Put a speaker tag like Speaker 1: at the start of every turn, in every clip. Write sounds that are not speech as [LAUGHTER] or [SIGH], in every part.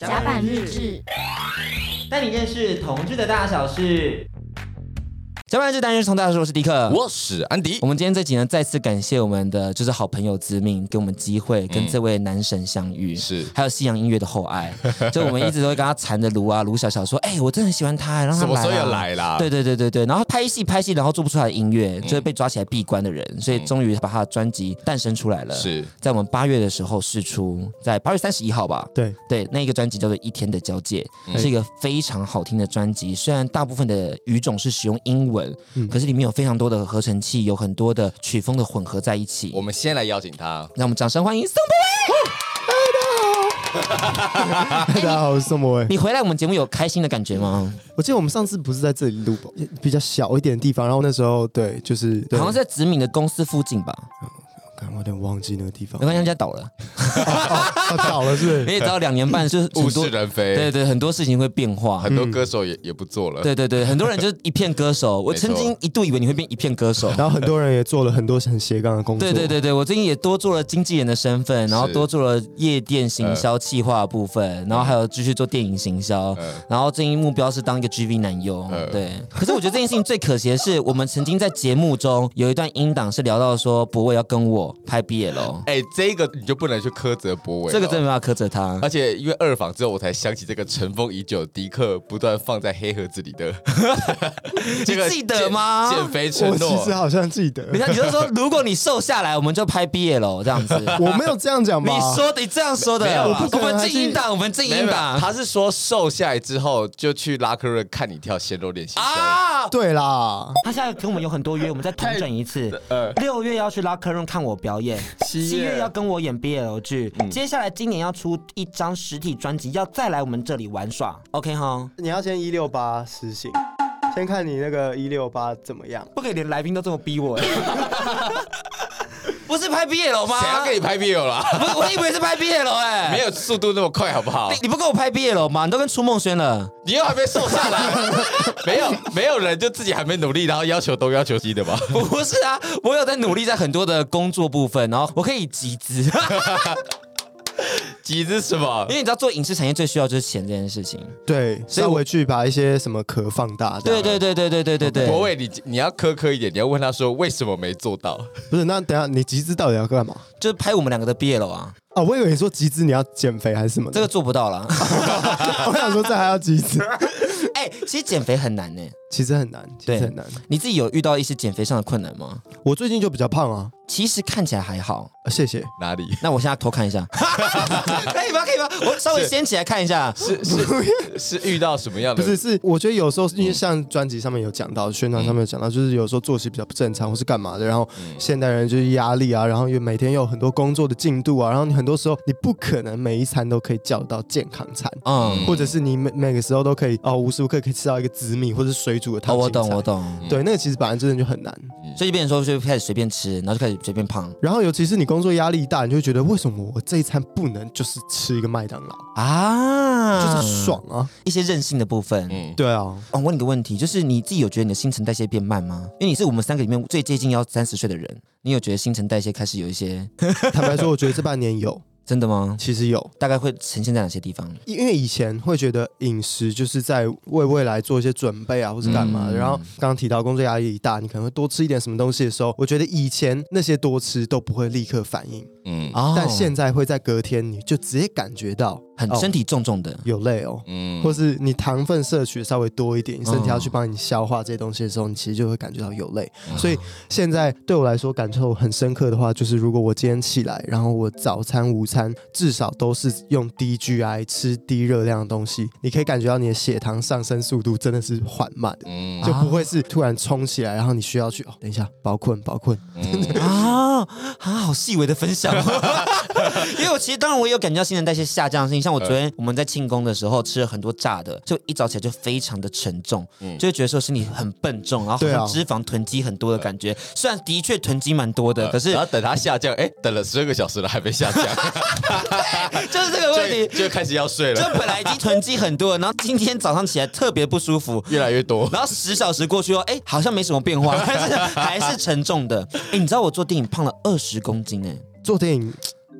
Speaker 1: 甲板日志，
Speaker 2: 带你认识同志的大小事。甲板日志，单是从大叔，我是迪克。
Speaker 3: 我是安迪
Speaker 2: 我。们今天这集呢，再次感谢我们的就是好朋友子命，给我们机会跟这位男神相遇，
Speaker 3: 是
Speaker 2: 还有西洋音乐的厚爱， [LAUGHS] 就我们一直都会跟他缠着卢啊卢小小说，哎、我真的很喜欢他，让他
Speaker 3: 什么时候
Speaker 2: 啊嗯
Speaker 3: 要来啦？
Speaker 2: 对对对对对，然后拍戏拍戏，然后做不出来的音乐，就会被抓起来闭关的人，所以终于把他的专辑诞生出来了。
Speaker 3: 是
Speaker 2: 在我们八月的时候试出，在八月三十一号吧。
Speaker 4: 对，
Speaker 2: 对，那一个专辑叫做《一天的交界》，
Speaker 3: 嗯
Speaker 2: 是一个非常好听的专辑。虽然大部分的语种是使用英文，
Speaker 3: 嗯
Speaker 2: 可是里面有非常多的合成器，有很多的曲风的混合在一起
Speaker 3: 我。们先来邀请他。
Speaker 2: 让我们掌声欢迎宋博威。
Speaker 4: [LAUGHS] 大家好，我是宋博伟。
Speaker 2: 你回来我们节目有开心的感觉吗？
Speaker 4: 我记得我们上次不是在这里录吧，比较小一点的地方，然后那时候对，就是对
Speaker 2: 好像是在子敏的公司附近吧？
Speaker 4: 干我有点忘记那个地方 [LAUGHS]
Speaker 2: 没，关系，人家倒
Speaker 3: [LAUGHS]
Speaker 2: 了，
Speaker 4: 他倒了是不
Speaker 2: 你
Speaker 4: 是？
Speaker 2: 也知道两年半就是
Speaker 3: [LAUGHS] 物
Speaker 2: 很多
Speaker 3: 是人非，
Speaker 2: 对对，很多事情会变化。
Speaker 3: [LAUGHS] 很多歌手也、也不做了。
Speaker 2: 对对对，很多人就是一片歌手。我
Speaker 3: 没错
Speaker 2: 曾经一度以为你会变一片歌手。
Speaker 4: 然后很多人也做了很多很斜杠的工作，
Speaker 2: 对对对对，我最近也多做了经纪人的身份，然后
Speaker 3: 是
Speaker 2: 多做了夜店行销企划的部分，然后还有继续做电影行销，
Speaker 3: 嗯
Speaker 2: 然后最近目标是当一个 GV 男优。对，可是我觉得这件事情最可惜的是，我们曾经在节目中有一段音档是聊到说博伟要跟我拍 BL，
Speaker 3: 哎、这个你就不能哦去苛责博伟了，
Speaker 2: 这个真的没办法苛责他。
Speaker 3: 而且因为二访之后，我才想起这个尘封已久、迪克不断放在黑盒子里
Speaker 2: [LAUGHS]
Speaker 3: 的这个
Speaker 2: 你记得吗
Speaker 3: 减减肥承
Speaker 4: 我其
Speaker 3: 诺
Speaker 4: 实，好像记得
Speaker 2: 你，看，你就说如果你瘦下来，我们就拍 BL 这
Speaker 3: [LAUGHS]
Speaker 2: 样子。
Speaker 4: 我没有这样讲
Speaker 2: 你
Speaker 4: 吧？ [LAUGHS]
Speaker 2: 说的，你这样说的，
Speaker 3: 没有啦
Speaker 2: 我
Speaker 4: 我
Speaker 2: 们
Speaker 4: 们
Speaker 2: 进
Speaker 4: 进
Speaker 2: 音
Speaker 4: 音
Speaker 2: 档，我们进
Speaker 3: 没有
Speaker 2: 音
Speaker 3: 没有
Speaker 2: 档。
Speaker 3: 他是说瘦下来之后就去拉克瑞看你跳鲜肉练习生。
Speaker 2: 啊！
Speaker 4: 对啦，
Speaker 1: 他现在跟我们有很多约，我们再统整
Speaker 2: [LAUGHS]
Speaker 1: 一次。
Speaker 2: 呃
Speaker 1: 六月要去拉客润看我表演，
Speaker 3: 七
Speaker 1: 七月
Speaker 3: 月
Speaker 1: 要跟我演 BL 剧，接下来今年要出一张实体专辑，要再来我们这里玩耍。OK 哈，
Speaker 4: 你要先一六八实行，先看你那个一六八怎么样。
Speaker 1: 不可以连来宾都这么逼 [LAUGHS] 我。
Speaker 2: 不是拍 BL 吗？
Speaker 3: 谁要给你拍 BL
Speaker 2: [LAUGHS]
Speaker 3: 啦？
Speaker 2: 不是，我以为是拍 BL
Speaker 1: 欸
Speaker 2: [LAUGHS] 哎、
Speaker 3: 没有速度那么快，好不好
Speaker 2: 你，？你不跟我拍 BL 吗？你都跟初梦轩了，
Speaker 3: 你又还没瘦下来， [LAUGHS] 没有没有人就自己还没努力，然后要求东要求西的吧？
Speaker 2: 不是啊？我有在努力在很多的工作部分，然后我可以集资，
Speaker 3: [LAUGHS]
Speaker 2: [LAUGHS]
Speaker 1: [LAUGHS]
Speaker 3: 急是什么
Speaker 2: 因？为你知道做影视产业最需要就是钱这件事情。
Speaker 4: 对，
Speaker 2: 所以
Speaker 4: 稍
Speaker 2: 我
Speaker 4: 微去把一些什么壳放大。
Speaker 2: 对对，对对对对对对。
Speaker 3: 博伟，你你要苛刻一点，你要问他说为什么没做到？ [LAUGHS]
Speaker 4: 不是那等一下你集资到底要干嘛？
Speaker 2: 就是拍我们两个的 BL 啊，
Speaker 4: 啊，我以为你说集资你要减肥还是什么的？
Speaker 2: 这个做不到了。
Speaker 4: [LAUGHS] 我想说这还要集 [LAUGHS] 资，
Speaker 2: [LAUGHS] 哎、其实减肥很难呢、
Speaker 4: 其实很难，其
Speaker 2: 对
Speaker 4: 实很难。
Speaker 2: 你自己有遇到一些减肥上的困难吗？
Speaker 4: 我最近就比较胖啊，
Speaker 2: 其实看起来还好，
Speaker 4: 啊谢谢。
Speaker 3: 哪里？
Speaker 2: 那我现在偷看一
Speaker 4: [LAUGHS]
Speaker 2: 下，可以吗？可以吗？我稍微掀起来看一下。[LAUGHS]
Speaker 3: 是是是遇到什么样
Speaker 4: 不
Speaker 3: 的？
Speaker 4: 是，是我觉得有时候，因为像专辑上面有讲到，宣传上面有讲到，就是有时候作息比较不正常，或是干嘛的，然后
Speaker 2: 嗯
Speaker 4: 现代人就是压力啊，然后又每天又有很多工作的进度啊，然后你很多时候你不可能每一餐都可以叫得到健康餐，
Speaker 2: 嗯，
Speaker 4: 或者是你每每个时候都可以哦无时无刻可以吃到一个紫米或者是水煮的
Speaker 2: 哦，
Speaker 4: 汤、
Speaker 2: 我懂，我。懂。
Speaker 4: 对，那个其实本来真的就很难，
Speaker 2: 所以就变成说，就开始随便吃，然后就开始随便胖
Speaker 4: 然后尤其是你工作压力大，你就会觉得为什么我这一餐不能就是吃一个麦当劳，
Speaker 2: 啊，
Speaker 4: 就是爽啊！
Speaker 2: 一些任性的部分。嗯，
Speaker 3: 嗯，
Speaker 4: 对啊，
Speaker 2: 我、问你个问题，就是你自己有觉得你的新陈代谢变慢吗？因为你是我们三个里面最接近要三十岁的人，你有觉得新陈代谢开始有一些
Speaker 4: 坦白说，我觉得这半年有，
Speaker 2: 真的吗？
Speaker 4: 其实有，
Speaker 2: 大概会呈现在哪些地方？
Speaker 4: 因因为以前会觉得饮食就是在为未来做一些准备啊，或是干嘛的。
Speaker 2: 嗯
Speaker 4: 然后刚刚提到工作压力大，你可能会多吃一点什么东西的时候，我觉得以前那些多吃都不会立刻反应，
Speaker 3: 嗯
Speaker 2: 哦
Speaker 4: 但现在会在隔天你就直接感觉到
Speaker 2: 很
Speaker 4: 哦
Speaker 2: 身体重重
Speaker 4: [LAUGHS]
Speaker 2: 的，
Speaker 4: 有累哦。
Speaker 3: 嗯
Speaker 4: 或是你糖分摄取稍微多一点，你身体要去帮你消化这些东西的时候，你其实就会感觉到有累。
Speaker 3: 嗯
Speaker 4: 所以现在对我来说感受很深刻的话，就是如果我今天起来，然后我早餐、午餐至少都是用低 GI 吃低热量的东西，你可以感觉到你的血糖上升速度真的是缓慢的。
Speaker 3: 嗯
Speaker 4: 就不会是突然冲起来，然后你需要去哦，等一下，包困包困，
Speaker 2: 啊啊，好细微的分
Speaker 4: [LAUGHS]
Speaker 2: 享、哦。因为我其实当然我也有感觉到新陈代谢下降的事情，像
Speaker 4: 呃
Speaker 2: 我昨天我们在庆功的时候吃了很多炸的，就一早起来就非常的沉重，就会觉得说身体很笨重，然后好
Speaker 4: 嗯对啊
Speaker 2: 像脂肪囤积很多的感觉。虽然的确囤积蛮多
Speaker 4: 呃
Speaker 2: 的，可是
Speaker 3: 嗯然后等它下降，哎，等了十二个小时了还没
Speaker 2: [LAUGHS]
Speaker 3: 下降，
Speaker 2: 就是这个问
Speaker 3: 就
Speaker 2: 题，
Speaker 3: 就开始要睡
Speaker 2: 就
Speaker 3: 了，
Speaker 2: 本来已经囤积很多了，然后今天早上起来特别不舒服。
Speaker 3: 越来越多。
Speaker 2: 然后十小时过去哦，哎，好像没什么变化，但是还是沉重的。哎，你知道我做电影胖了二十公斤哎、
Speaker 4: 做电影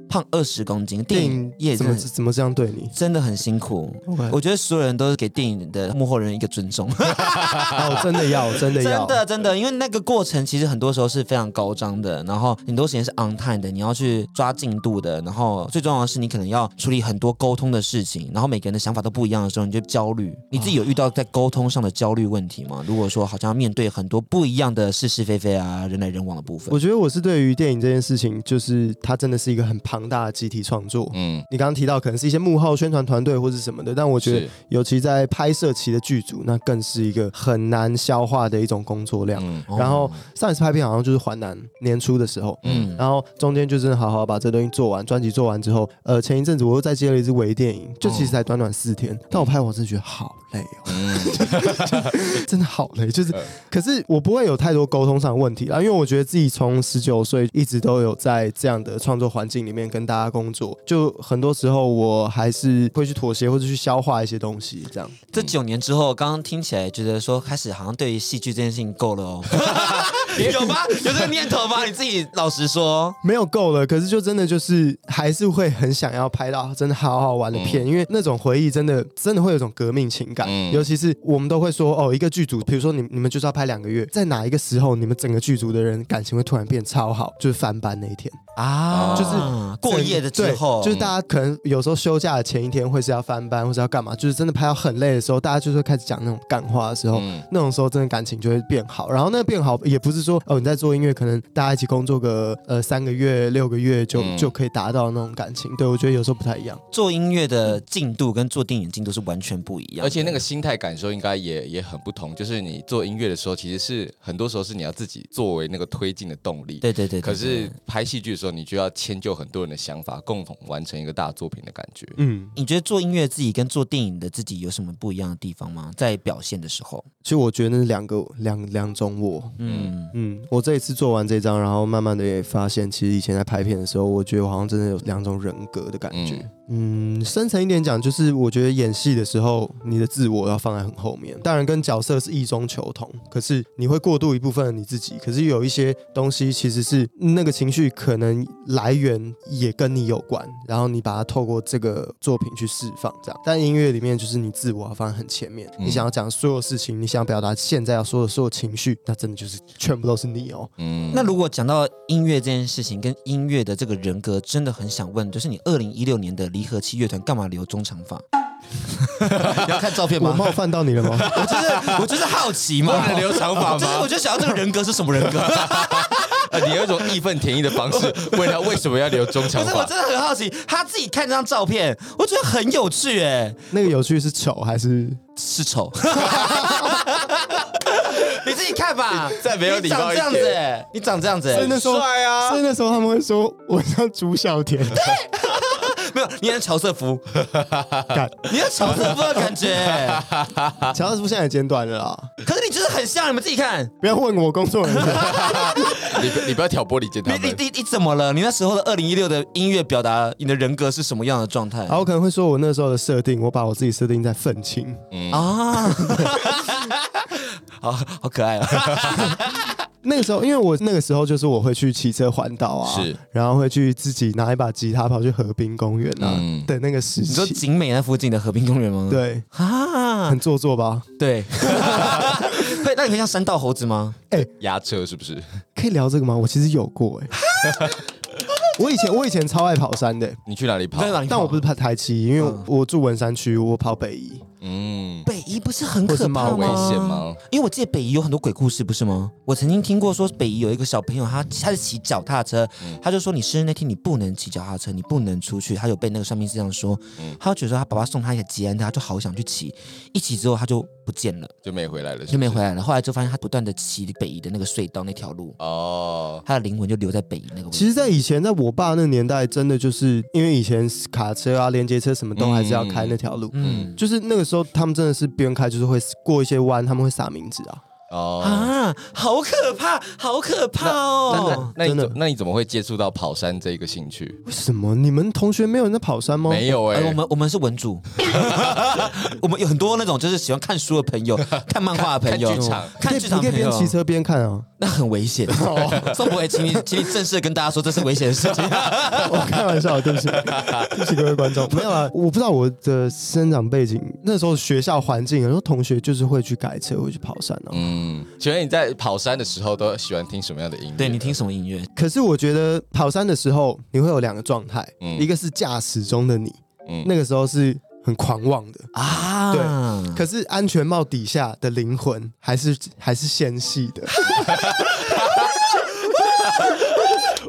Speaker 2: 胖二十公斤，电
Speaker 4: 电
Speaker 2: 影
Speaker 4: 影
Speaker 2: 业
Speaker 4: 怎
Speaker 2: 真
Speaker 4: 么嗯
Speaker 2: 的
Speaker 4: 怎么这样对你？
Speaker 2: 真的很辛苦
Speaker 4: OK。
Speaker 2: 我觉得所有人都是给电影的幕后人一个尊重，
Speaker 4: 哦，真的要， [LAUGHS] 真的要，
Speaker 2: [LAUGHS] 真的真的，因为那个过程其实很多时候是非常高张的，然后很多时间是 on time 的，你要去抓进度的，然后最重要的是你可能要处理很多沟通的事情，然后每个人的想法都不一样的时候，你就焦虑。你自己有遇到在沟通上的焦虑问题吗？如果说好像要面对很多不一样的是是非非啊，人来人往的部分
Speaker 4: 我，觉得我是对于电影这件事情，就是它真的是一个很庞大的集体创作。
Speaker 3: 嗯，
Speaker 4: 你刚刚提到可能是一些幕后宣传团队或是什么的，但我觉得
Speaker 3: 是
Speaker 4: 尤其在拍摄期的剧组，那更是一个很难消化的一种工作量。
Speaker 3: 嗯
Speaker 4: 然
Speaker 2: 哦
Speaker 4: 后上一次拍片好像就是环南年初的时候，
Speaker 3: 嗯
Speaker 4: 然后中间就真的好好把这东西做完，专辑做完之后，呃，前一阵子我又再接了一支微电影，就其实才短短四天，但我拍完我真的觉得好累哦， [LAUGHS] 真的好累，就是，可是我不会有太多沟通上的问题啦，因为我觉得自己从十九岁一直都有在这样的创作环境里面跟大家工作，就很多时候我还是会去妥协或者去消化一些东西，这样。
Speaker 2: 这九年之后，刚刚听起来觉得说开始好像对于戏剧这件事情够了哦， [LAUGHS] 有吗？有这个念头吗？你自己老实说。
Speaker 4: 没有够了，可是就真的就是还是会很想要拍到真的好好玩的
Speaker 2: 嗯
Speaker 4: 片，因为那种回忆真的真的会有一种革命情感。
Speaker 3: 嗯
Speaker 4: 尤其是我们都会说哦，一个剧组，比如说你你们就是要拍两个月，在哪一个时候你们整个剧组的人感情会突然变超好，就是翻班那一天，
Speaker 2: 啊，
Speaker 3: 就是
Speaker 2: 过夜的之
Speaker 4: 对
Speaker 2: 后，
Speaker 4: 就是大家可能有时候休假的前一天会是要翻班或是要干嘛，就是真的拍到很累的时候，大家就是会开始讲那种干话的时
Speaker 2: 哦
Speaker 4: 候，
Speaker 3: 嗯
Speaker 4: 那种时候真的感情就会变好。然后那个变好也不是说哦你在做音乐，可能大家一起工作个呃三个月、六个月就、
Speaker 3: 嗯
Speaker 4: 就可以达到那种感情。对我觉得有时候不太一样。
Speaker 2: 做音乐的进度跟做电影进度是完全不一样。
Speaker 3: 而且那个心态感受应该也也很不同，就是你做音乐的时候，其实是很多时候是你要自己作为那个推进的动力。
Speaker 2: 对对对对对
Speaker 3: 可是拍戏剧的时候，你就要迁就很多人的想法，共同完成一个大作品的感觉。
Speaker 4: 嗯，
Speaker 2: 你觉得做音乐自己跟做电影的自己有什么不一样的地方吗？在表现的时候，
Speaker 4: 其实我觉得那是两个两两种我。
Speaker 2: 嗯，
Speaker 4: 嗯，我这一次做完这张，然后慢慢的也发现，其实以前在拍片的时候，我觉得我好像真的有两种人格的感觉。嗯，深层一点讲，就是我觉得演戏的时候，你的自我要放在很后面。当然，跟角色是异中求同，可是你会过度一部分的你自己。可是有一些东西其实是那个情绪可能来源也跟你有关，然后你把它透过这个作品去释放，这样。但音乐里面就是你自我要放在很前面，
Speaker 3: 嗯
Speaker 4: 你想要讲所有事情，你想表达现在要说的所有情绪，那真的就是全部都是你哦。
Speaker 3: 嗯
Speaker 2: 那如果讲到音乐这件事情跟音乐的这个人格，真的很想问，就是你二零一六年的离合器乐团干嘛留中长发？要看照片
Speaker 4: 我
Speaker 2: 吗？
Speaker 4: 冒犯到你了吗？
Speaker 2: 我就是我就是好奇
Speaker 3: 不
Speaker 2: 嘛，
Speaker 3: 能留长发
Speaker 2: 就是我
Speaker 3: 吗？
Speaker 2: 就想要这个人格是什么人
Speaker 3: [LAUGHS]
Speaker 2: 格？
Speaker 3: 呃你有一种义愤填膺的方 [LAUGHS] 式，问他为什么要留中
Speaker 2: 不
Speaker 3: 长
Speaker 2: 是，我
Speaker 3: 发？
Speaker 2: 真的很好奇，他自己看这张照片，我觉得很有趣哎、
Speaker 4: 那个有趣是丑还 [LAUGHS] 是？
Speaker 2: 是
Speaker 3: [LAUGHS]
Speaker 2: 丑。你自己看吧，
Speaker 3: 再没有
Speaker 2: 你
Speaker 3: 礼
Speaker 2: 长
Speaker 3: 貌
Speaker 2: 这
Speaker 3: 一
Speaker 2: 样子、
Speaker 3: 点
Speaker 2: 欸，你长这样子、欸
Speaker 4: 所以，那时候，
Speaker 3: 帅啊
Speaker 4: 所以那时候他们会说我像朱孝天，
Speaker 2: [LAUGHS] 没有，你很乔瑟
Speaker 3: [LAUGHS]
Speaker 2: 夫，
Speaker 4: 干
Speaker 2: 你很乔瑟夫的感觉、欸，
Speaker 4: 乔大夫现在也剪短了啦，
Speaker 2: 可是你就是很像，你们自己看，
Speaker 4: 不要问我工作人员。
Speaker 2: [LAUGHS]
Speaker 3: 你不你不要挑拨离间
Speaker 2: 你
Speaker 3: 他
Speaker 2: 你
Speaker 3: 们。
Speaker 2: 你你怎么了？你那时候的二零一六的音乐表达，你的人格是什么样的状态？
Speaker 4: 然后我可能会说我那时候的设定，我把我自己设定在愤青。
Speaker 2: 啊， [LAUGHS] 好好可爱啊！
Speaker 4: 那个时候，因为我那个时候就是我会去骑车环岛啊，
Speaker 3: 是，
Speaker 4: 然后会去自己拿一把吉他跑去河滨公园啊、
Speaker 3: 嗯
Speaker 4: 的那个时
Speaker 2: 你说
Speaker 4: 期，
Speaker 2: 景美那附近的和平公园吗？
Speaker 4: 对，
Speaker 2: 啊
Speaker 4: 很，做作吧？
Speaker 2: 对，
Speaker 4: [LAUGHS]
Speaker 2: 会那你会像山道猴子吗？
Speaker 3: 压车是不 [LAUGHS] 是？
Speaker 4: 可以聊这个吗？我其实有过
Speaker 2: [LAUGHS]
Speaker 4: 哎、我以前我以前超爱跑山的、
Speaker 3: 你去哪里跑？
Speaker 2: 对吧？你嗯
Speaker 4: 但我不
Speaker 2: 是
Speaker 4: 是跑台七，因为我住文山区，我跑北宜。
Speaker 3: 嗯，
Speaker 2: 北宜不是很可
Speaker 4: 或是
Speaker 2: 怕
Speaker 4: 冒
Speaker 2: 吗？
Speaker 3: 危险吗？
Speaker 2: 因为我记得北宜有很多鬼故事，不是吗？我曾经听过说北宜有一个小朋友，他他是骑脚踏车，
Speaker 4: 嗯
Speaker 2: 他就说你生日那天你不能骑脚踏车，你不能出去。他有被那个算命师这样说，
Speaker 4: 嗯
Speaker 2: 他就觉得说他爸爸送他一个捷安特，他就好想去骑，一骑之后他就不见了，
Speaker 3: 就没回来了，
Speaker 2: 就没回
Speaker 3: 来。
Speaker 2: 来了。后来就发现他不断的骑北宜的那个隧道那条路，
Speaker 3: 哦，
Speaker 2: 他的灵魂就留在北宜那个位置。
Speaker 4: 其实，在以前，在我爸那个年代，真的就是因为以前卡车啊、连接车什么都还是要开那条路，
Speaker 2: 嗯
Speaker 4: 就是那个时候他们真的是边开就是会过一些弯，他们会撒名字啊。
Speaker 3: 哦，
Speaker 2: 啊，好可怕，好可怕哦！
Speaker 3: 那你
Speaker 4: 真的
Speaker 3: 怎那你怎么会接触到跑山这一个兴趣？
Speaker 4: 为什么？你们同学没有人在跑山吗？
Speaker 3: 没有哎、
Speaker 2: 哎，我们我们是文主，我们有很多那种就是喜欢看书的朋友，看漫画的朋友，
Speaker 3: 看剧场
Speaker 2: 看
Speaker 4: 你
Speaker 2: 剧
Speaker 4: 可以，
Speaker 2: 场
Speaker 4: 你可
Speaker 2: 的
Speaker 4: 以
Speaker 2: 朋
Speaker 4: 边
Speaker 2: 友，
Speaker 4: 骑车边看啊。哦
Speaker 2: 那很危险。宋博伟，请你请你正式地跟大家说，这是危险的事情。
Speaker 4: 我哦开玩笑，对不起，对不起各位观众，没有啊，我不知道我的生长背景，那时候学校环境，有时候同学就是会去改车，会去跑山啊。
Speaker 3: 嗯，请问你在跑山的时候都喜欢听什么样的音乐？
Speaker 2: 对你听什么音乐？
Speaker 4: 可是我觉得跑山的时候，你会有两个状态，
Speaker 3: 嗯
Speaker 4: 一个是驾驶中的你，
Speaker 3: 嗯
Speaker 4: 那个时候是很狂妄的，
Speaker 2: 啊，对，
Speaker 4: 可是安全帽底下的灵魂还是还是纤细的。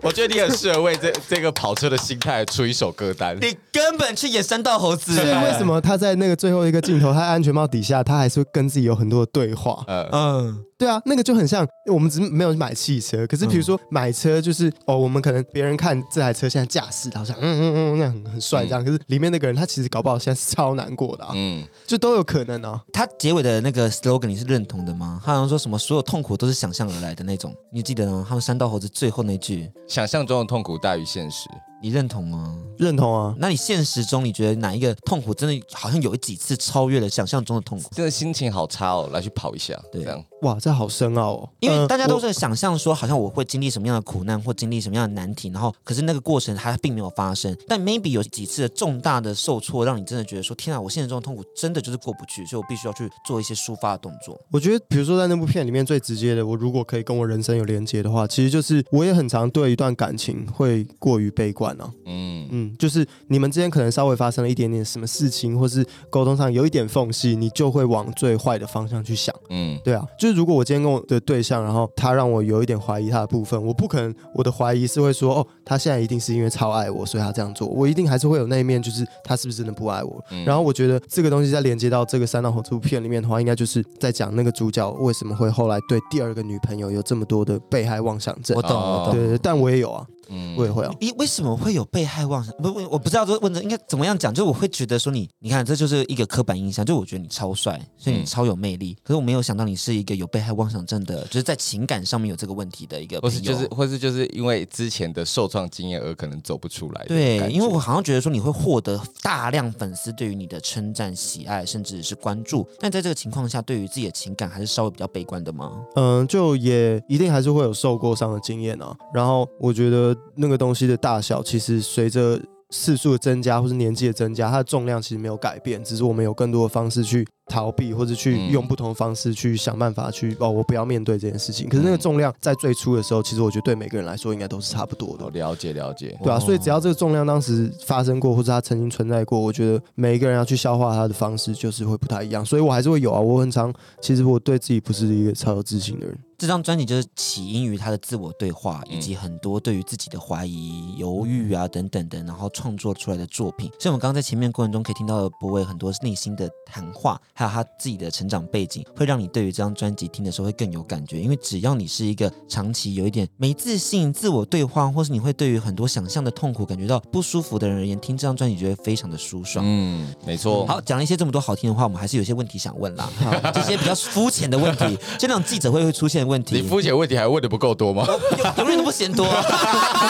Speaker 3: 我觉得你很适合为这这个跑车的心态出一首歌单。
Speaker 2: 你根本去演山道猴子，
Speaker 4: 所以为什么他在那个最后一个镜头，他安全帽底下，他还是会跟自己有很多的对话？
Speaker 3: 呃，
Speaker 2: 嗯，
Speaker 4: 对啊，那个就很像我们只是没有买汽车，可是比如说买车就是、哦，我们可能别人看这台车现在驾驶好像嗯嗯嗯，那很很帅这样，可是里面那个人他其实搞不好现在是超难过的、啊，
Speaker 3: 嗯，
Speaker 4: 就都有可能啊。
Speaker 2: 他结尾的那个 slogan 你是认同的吗？他好像说什么所有痛苦都是想象而来的那种，你记得吗？他们山道猴子最后那句，
Speaker 3: 想象中的痛苦大于现实。
Speaker 2: 你认同吗？
Speaker 4: 认同啊，
Speaker 2: 那你现实中你觉得哪一个痛苦真的好像有几次超越了想象中的痛苦？
Speaker 3: 真的心情好差哦，来去跑一下，
Speaker 2: 对
Speaker 3: 这样。
Speaker 4: 哇，这好深奥哦，
Speaker 2: 因为大家
Speaker 4: 呃
Speaker 2: 都
Speaker 4: 我
Speaker 2: 是想象说，好像我会经历什么样的苦难或经历什么样的难题，然后可是那个过程它并没有发生。但 maybe 有几次的重大的受挫，让你真的觉得说，天啊，我现实中的痛苦真的就是过不去，所以我必须要去做一些抒发的动作。
Speaker 4: 我觉得，比如说在那部片里面最直接的，我如果可以跟我人生有连接的话，其实就是我也很常对一段感情会过于悲观啊。
Speaker 3: 嗯，
Speaker 4: 嗯，就是你们之间可能稍微发生了一点点什么事情，或是沟通上有一点缝隙，你就会往最坏的方向去想。
Speaker 3: 嗯
Speaker 4: 对啊，就是如果我今天跟我的对象，然后他让我有一点怀疑他的部分，我不可能我的怀疑是会说哦，他现在一定是因为超爱我，所以他这样做，我一定还是会有那一面，就是他是不是真的不爱我。
Speaker 3: 嗯
Speaker 4: 然后我觉得这个东西再连接到这个《三道猴》这部片里面的话，应该就是在讲那个主角为什么会后来对第二个女朋友有这么多的被害妄想症
Speaker 2: 我。懂，
Speaker 3: 哦
Speaker 2: 我
Speaker 4: 对
Speaker 2: 懂。
Speaker 4: 对，对但我也有啊，
Speaker 3: 嗯
Speaker 4: 我也会啊。
Speaker 2: 咦，为什么会有被害妄想？不，不我不知道这问的应该怎么样讲。就是我会觉得说你，你看，这就是一个刻板印象。就我觉得你超帅，所以你
Speaker 3: 嗯
Speaker 2: 超有魅力。可是我没有想到你是一个有被害妄想症的，就是在情感上面有这个问题的一个
Speaker 3: 或
Speaker 2: 朋
Speaker 3: 是
Speaker 2: 友。
Speaker 3: 就是或是就是因为之前的受创经验而可能走不出来的
Speaker 2: 对
Speaker 3: 感，觉
Speaker 2: 因为我好像觉得说你会获得大量粉丝对于你的称赞、喜爱，甚至是关注。但在这个情况下，对于自己的情感还是稍微比较悲观的吗？
Speaker 4: 嗯，就也一定还是会有受过伤的经验啊。然后我觉得那个东西的大小，其实随着次数的增加或是年纪的增加，它的重量其实没有改变，只是我们有更多的方式去逃避，或者去
Speaker 3: 嗯
Speaker 4: 用不同的方式去想办法去哦，我不要面对这件事情。可是那个
Speaker 3: 嗯
Speaker 4: 重量在最初的时候，其实我觉得对每个人来说应该都是差不多的
Speaker 3: 哦。了解了解，
Speaker 4: 对啊，
Speaker 2: 哦
Speaker 4: 所以只要这个重量当时发生过，或者它曾经存在过，我觉得每一个人要去消化它的方式就是会不太一样。所以我还是会有啊，我很常，其实我对自己不是一个超有自信的人。
Speaker 2: 这张专辑就是起因于他的自我对话，以
Speaker 3: 嗯
Speaker 2: 及很多对于自己的怀疑、犹豫啊等等的，然后创作出来的作品。所以我们刚刚在前面过程中可以听到博伟很多内心的谈话，还有他自己的成长背景，会让你对于这张专辑听的时候会更有感觉。因为只要你是一个长期有一点没自信、自我对话，或是你会对于很多想象的痛苦感觉到不舒服的人而言，听这张专辑就会非常的舒爽。
Speaker 3: 嗯，没错，
Speaker 2: 好，讲了一些这么多好听的话，我们还是有一些问题想问啦。 [LAUGHS] 这些比较肤浅的问题，就那种记者会会出现的问题。
Speaker 3: 你肤浅问题还问的不够
Speaker 2: [LAUGHS]
Speaker 3: 多吗？
Speaker 2: 永永远都不嫌多。 [LAUGHS]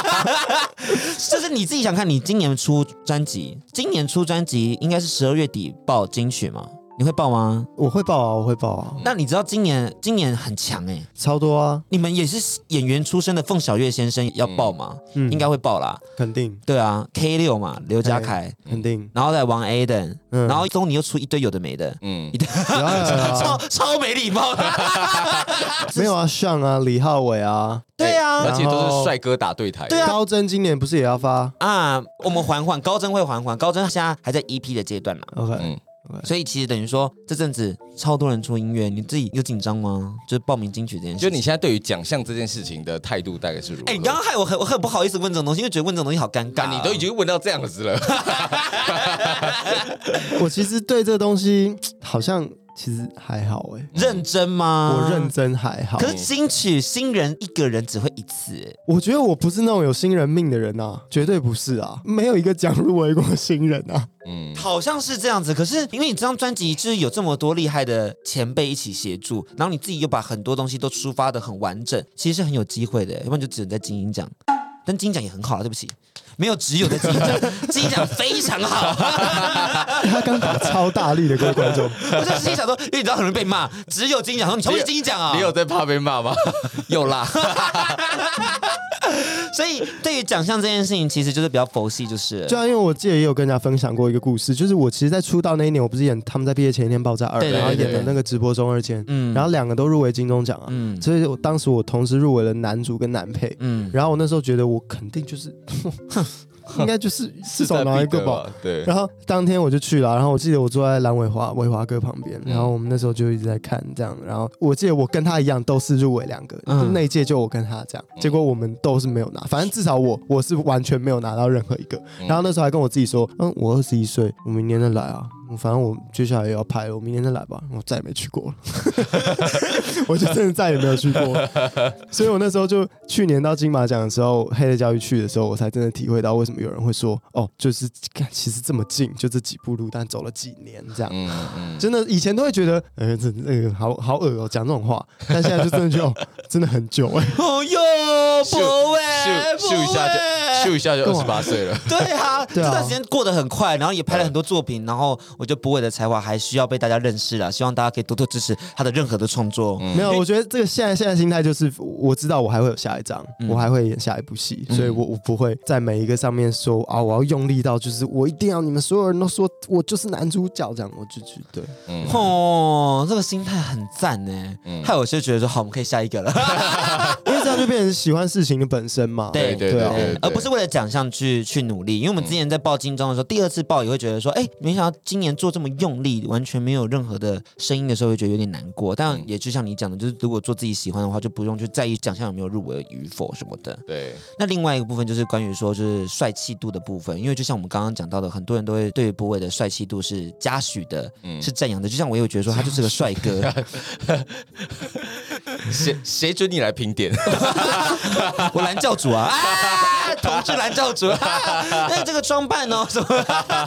Speaker 2: 就是你自己想看，你今年出专辑，今年出专辑应该是十二月底报金曲嘛？你会报吗？
Speaker 4: 我会报啊，我会报啊，
Speaker 2: 那你知道今年今年很强哎、
Speaker 4: 超多啊，
Speaker 2: 你们也是演员出身的凤小岳先生要报吗？
Speaker 4: 嗯
Speaker 2: 应该会报啦。
Speaker 4: 肯定
Speaker 2: 对啊，K 六嘛，刘家凯，
Speaker 4: 肯定，
Speaker 2: 然后再王 A 等，
Speaker 4: 嗯
Speaker 2: 然后中你又出一堆有的没的，嗯
Speaker 3: 嗯，
Speaker 4: 有啊有啊有啊
Speaker 2: 超超没礼貌的。
Speaker 4: 没有啊，上啊，李浩伟啊，
Speaker 2: 对啊，
Speaker 3: 而且都
Speaker 4: 然
Speaker 3: 是
Speaker 4: 后
Speaker 3: 帅哥打对台，
Speaker 2: 对啊
Speaker 4: 高真今年不是也要发
Speaker 2: 啊，我们缓缓，高真会缓缓，高真现在还在 EP 的阶段啦。
Speaker 4: ？OK，
Speaker 3: 嗯，
Speaker 2: 所以其实等于说，这阵子超多人出音乐，你自己有紧张吗？就是报名金曲这件事
Speaker 3: 就
Speaker 2: 情。
Speaker 3: 你现在对于奖项这件事情的态度大概是如何？
Speaker 2: 哎，你刚刚害我很我很不好意思问这种东西，因为觉得问这种东西好尴尬。
Speaker 3: 啊你都已经问到这样子了，
Speaker 4: 我其实对这东西好像其实还好哎，
Speaker 2: 认真吗？
Speaker 4: 我认。真还好
Speaker 2: 可，是金曲新人一个人只会一次，欸
Speaker 4: 我觉得我不是那种有新人命的人呐，绝对不是啊，没有一个奖入围过的新人啊。
Speaker 3: 嗯，
Speaker 2: 好像是这样子。可是因为你这张专辑就是有这么多厉害的前辈一起协助，然后你自己又把很多东西都抒欸发的很完整，其实是很有机会的。要不然就只能在金鹰奖，但金鹰奖也很好啊，对不起，没有只有的金
Speaker 3: [LAUGHS]
Speaker 2: 奖，金奖非常好。
Speaker 4: 他刚打超大力的，各位观 [LAUGHS] 众，
Speaker 2: [LAUGHS] 我就心里想说，因为你知道很容易被骂，只有金奖，说你从是金奖啊，
Speaker 3: 你有在怕被骂吗？
Speaker 2: 有啦。 [LAUGHS] 所以对于奖项这件事情，其实就是比较佛系，就是了
Speaker 4: 对啊，因为我记得也有跟人家分享过一个故事，就是我其实，在出道那一年，我不是演他们在毕业前一天爆炸二，
Speaker 2: 对对
Speaker 4: 然后
Speaker 2: 对
Speaker 4: 演的
Speaker 2: 对
Speaker 4: 那个直播中二间，
Speaker 2: 嗯
Speaker 4: 然后两个都入围金钟奖啊，
Speaker 2: 嗯
Speaker 4: 所以我当时我同时入围了男主跟男配，
Speaker 2: 嗯，
Speaker 4: 然后我那时候觉得我肯定 [LAUGHS] 就是，应该就是至少拿一个吧。？
Speaker 3: [LAUGHS] 对，
Speaker 2: 啊
Speaker 4: 然后当天我就去了，然后我记得我坐在蓝伟华伟华哥旁边，
Speaker 2: 嗯
Speaker 4: 然后我们那时候就一直在看这样，然后我记得我跟他一样都是入围两个，
Speaker 2: 嗯
Speaker 4: 那一届就我跟他这样，结果我们都是没有拿，反正至少我我是完全没有拿到任何一个。
Speaker 3: 嗯
Speaker 4: 然后那时候还跟我自己说，嗯，我二十一岁，我明年再来啊，我反正我接下来也要拍了，我明年再来吧。我再也没去过了， [LAUGHS] 我就真的再也没有去过。所以我那时候就去年到金马奖的时候，黑的教育去的时候，我才真的体会到为什么有人会说，哦，就是看其实这么近，就这几步路，但走了几年这样。
Speaker 3: 嗯嗯，
Speaker 4: 真的以前都会觉得，呃，这这个好好恶哦、讲这种话，但现在就真的就真的很久哎、
Speaker 2: 哦哟，
Speaker 3: 秀
Speaker 2: 博伟，
Speaker 3: 秀秀一下
Speaker 2: 博
Speaker 3: 就
Speaker 2: 伟
Speaker 3: 秀一下就二十八岁了，
Speaker 2: [LAUGHS] 对啊，这
Speaker 4: 啊
Speaker 2: 段时间过得很快，然后也拍了很多作品，然后我觉得博伟的才华还需要被大家认识啦，希望大家可以多多支持他的任何的创作。
Speaker 3: 嗯
Speaker 4: 没有，我觉得这个现在现在心态就是，我知道我还会有下一张，我还会演下一部戏，所以我我不会在每一个上面说啊，我要用力到就是我一定要你们所有人都说我就是男主角这样，我就觉得
Speaker 3: 嗯
Speaker 2: 哦，这个心态很赞呢，
Speaker 3: 嗯
Speaker 2: 害我就觉得说好，我们可以下一个了，
Speaker 4: 对，因为这样就变成喜欢事情的本身嘛。
Speaker 2: 对
Speaker 3: 对对
Speaker 4: 对啊
Speaker 3: 对，
Speaker 2: 而不是为了奖项去去努力。因为我们之前在报金钟的时候，第二次报也会觉得说，哎，没想到今年做这么用力，完全没有任何的声音的时候，会觉得有点难过。
Speaker 3: 嗯
Speaker 2: 但也就像你讲的，就是如果做自己喜欢的话，就不用去在意奖项有没有入围与否什么的。
Speaker 3: 对，
Speaker 2: 那另外一个部分就是关于说就是帅气度的部分，因为就像我们刚刚讲到的，很多人都会对于波伟的帅气度是嘉许的，
Speaker 3: 嗯
Speaker 2: 是赞扬的。就像我也有觉得说他就是个帅
Speaker 3: [LAUGHS]
Speaker 2: 哥，
Speaker 3: 谁谁准你来评
Speaker 4: [LAUGHS]
Speaker 3: 点？
Speaker 2: 我蓝教主啊，啊同志蓝教
Speaker 4: [LAUGHS]
Speaker 2: 主，啊那、这个装扮哦什么，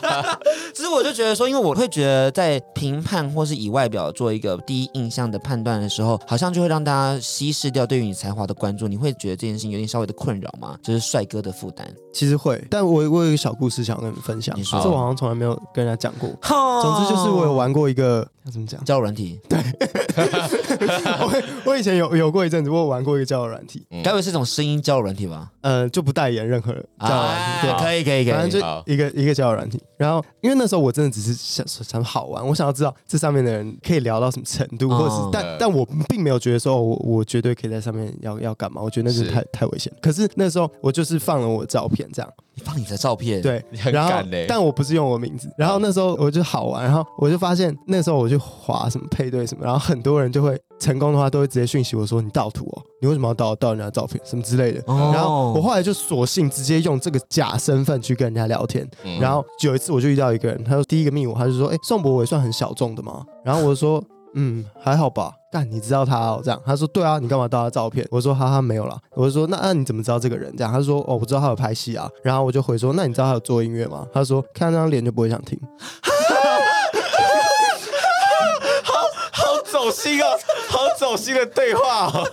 Speaker 2: [LAUGHS] 其实我就觉得说，因为我会觉得在评判或是以外表做一个第一印象的判断的时候，好像就会让大家稀释掉对于你才华的关注，你会觉得这件事情有点稍微的困扰嘛，就是帅哥的负
Speaker 4: [LAUGHS]
Speaker 2: 担。
Speaker 4: 其实会，但我我有一个小故事想要跟你们分享，
Speaker 2: 你
Speaker 4: 这
Speaker 2: 说
Speaker 4: 我好像从来没有跟人家讲过。总
Speaker 2: 总
Speaker 4: 之就是我有玩过一个，要怎么讲？
Speaker 2: 交友软
Speaker 4: [LAUGHS]
Speaker 2: 体，
Speaker 4: 我我以前有有过一阵子，我有玩过一个交友软体，
Speaker 3: 嗯
Speaker 2: 该不会是这种声音交友软体吧？
Speaker 4: 呃，就不代言任何交友软体，对，
Speaker 2: 可以可以可
Speaker 4: 反正
Speaker 2: 以，
Speaker 4: 就
Speaker 3: 好
Speaker 4: 一个一个交友软体。然后因为那时候我真的只是想想好玩，我想要知道这上面的人可以聊到什么程度，或者
Speaker 2: 哦
Speaker 4: 是但但我并没有觉得说哦我我绝对可以在上面要要干嘛，我觉得那是
Speaker 3: 是
Speaker 4: 太太危险。可是那时候我就是放了我的照片这样，
Speaker 2: 你放你的照片，，
Speaker 4: 对
Speaker 3: 你，很欸
Speaker 4: 然后
Speaker 3: 敢嘞
Speaker 4: 但我不是用我名字，然后那时候我就好玩，然后我就发现那时候我就划什么配对什么，然后很多人就会成功的话都会直接讯息我说你盗图哦，你为什么要盗盗人家的照片什么之类的。
Speaker 2: 哦
Speaker 4: 然后我后来就索性直接用这个假身份去跟人家聊天，
Speaker 3: 嗯
Speaker 4: 然后有一次我就遇到一个人，他就第一个密我，他就说：“哎、宋博伟算很小众的吗？”然后我就说：“嗯，还好吧。”但你知道他哦，这样。他说：“对啊，你干嘛盗他照片？”我说：“哈哈，没有啦。”我就说：“那那、你怎么知道这个人？”这样，他说：“哦，我知道他有拍戏啊。”然后我就回说：“那你知道他有做音乐吗？”他说：“看他那张脸就不会想听。
Speaker 3: 好走心 [LAUGHS] 哦，好走心的对话哦。”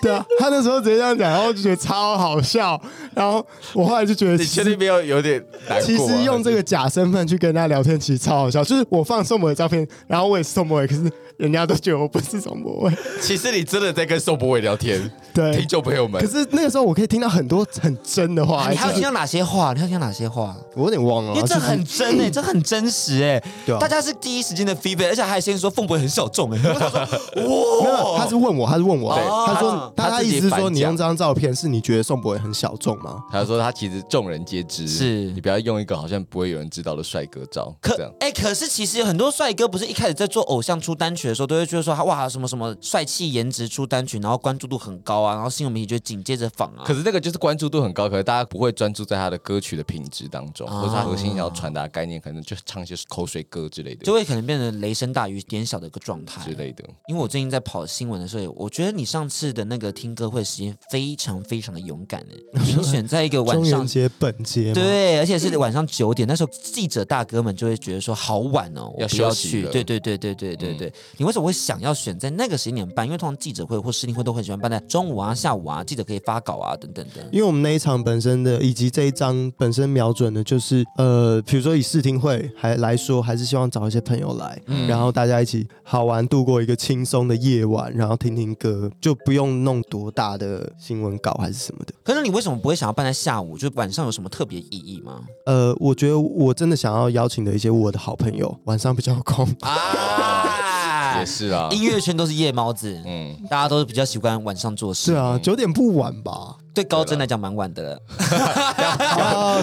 Speaker 4: 对啊，他那时候直接这样讲，然后我就觉得超好笑。然后我后来就觉得
Speaker 3: 你确定没有有点难过吗？
Speaker 4: 啊
Speaker 3: 啊
Speaker 4: 其实用这个假身份去跟他聊天，其实超好笑。就是我放宋博伟照片，然后我也是宋博伟，可是人家都觉得我不是宋博伟。
Speaker 3: 其实你真的在跟宋博伟聊天，
Speaker 4: [LAUGHS] 对
Speaker 3: 听众朋友们
Speaker 4: 可，是那个时候我可以听到很多很真的话，
Speaker 2: 啊你还要
Speaker 4: 就是
Speaker 2: 听到哪些话？你还要听到哪些话？
Speaker 4: 我有点忘了啊，
Speaker 3: 哦
Speaker 2: 因为这
Speaker 4: 就是
Speaker 2: 很真
Speaker 3: 嗯
Speaker 2: 哎、这很真实哎、
Speaker 4: 对啊
Speaker 2: 大家是第一时间的 feedback，而且还先说凤博很小众
Speaker 3: [LAUGHS]
Speaker 2: 哎、
Speaker 4: 没
Speaker 2: 哇，
Speaker 4: 有，他是问我，他是问我
Speaker 3: 对，
Speaker 4: 他
Speaker 2: 他
Speaker 4: 说
Speaker 3: 他
Speaker 4: 他
Speaker 3: 自己
Speaker 4: 意思是
Speaker 3: 反
Speaker 4: 说
Speaker 3: 讲
Speaker 4: 你用这张照片是你觉得宋博伟很小众吗？
Speaker 3: 他说他其实众人皆知，
Speaker 2: 是
Speaker 3: 你不要用一个好像不会有人知道的帅哥照，
Speaker 2: 可
Speaker 3: 这样
Speaker 2: 哎、可是其实很多帅哥不是一开始在做偶像出单曲的时候，都会觉得说他哇什么什么帅气颜值出单曲，然后关注度很高啊，然后新闻媒体就紧接着仿啊。
Speaker 3: 可是那个就是关注度很高，可是大家不会专注在他的歌曲的品质当中，
Speaker 2: 啊
Speaker 4: 哦
Speaker 3: 或者他核心想要传达的概念，可能就唱一些口水歌之类的，
Speaker 2: 就会可能变成雷声大雨点小的一个状态
Speaker 3: 之类的。
Speaker 2: 因为我最近在跑新闻的时候，我觉得你上次的那个听欸
Speaker 3: [LAUGHS]
Speaker 2: 歌会时间非常非常的勇敢诶，你选在一个晚
Speaker 4: 中
Speaker 2: 上
Speaker 4: 元，节本节吗，
Speaker 2: 对，而且是晚上九点，那时候记者大哥们就会觉得说好晚哦，我
Speaker 3: 要
Speaker 2: 不
Speaker 3: 休
Speaker 2: 要
Speaker 3: 息
Speaker 2: 去。
Speaker 3: 了
Speaker 2: 对对对对对对对，你为什么会想要选在那个时间点办？因为通常记者会或视听会都很喜欢办在中午啊、下午啊，记者可以发稿啊等等的。
Speaker 4: 因为我们那一场本身的，以及这一张本身瞄准的，就是呃，比如说以试听会还来说，还是希望找一些朋友来，
Speaker 2: 嗯
Speaker 4: 然后大家一起好玩度过一个轻松的夜晚，然后听听歌，就不用弄多大的新闻稿还是什么的。
Speaker 2: 可是你为什么不会想要办在下午？就是晚上有什么特别意义吗？
Speaker 4: 呃，我觉得我真的想要邀请的一些我的好朋友，晚上比较空， [LAUGHS] 哎
Speaker 2: 啊，
Speaker 3: 也是啊，
Speaker 2: [LAUGHS] 音乐圈都是夜猫子，
Speaker 3: 嗯，
Speaker 2: 大家都是比较习惯晚上做事。
Speaker 4: 是，啊，九点不晚吧？
Speaker 2: 对高真来讲蛮晚的了。
Speaker 4: 哦，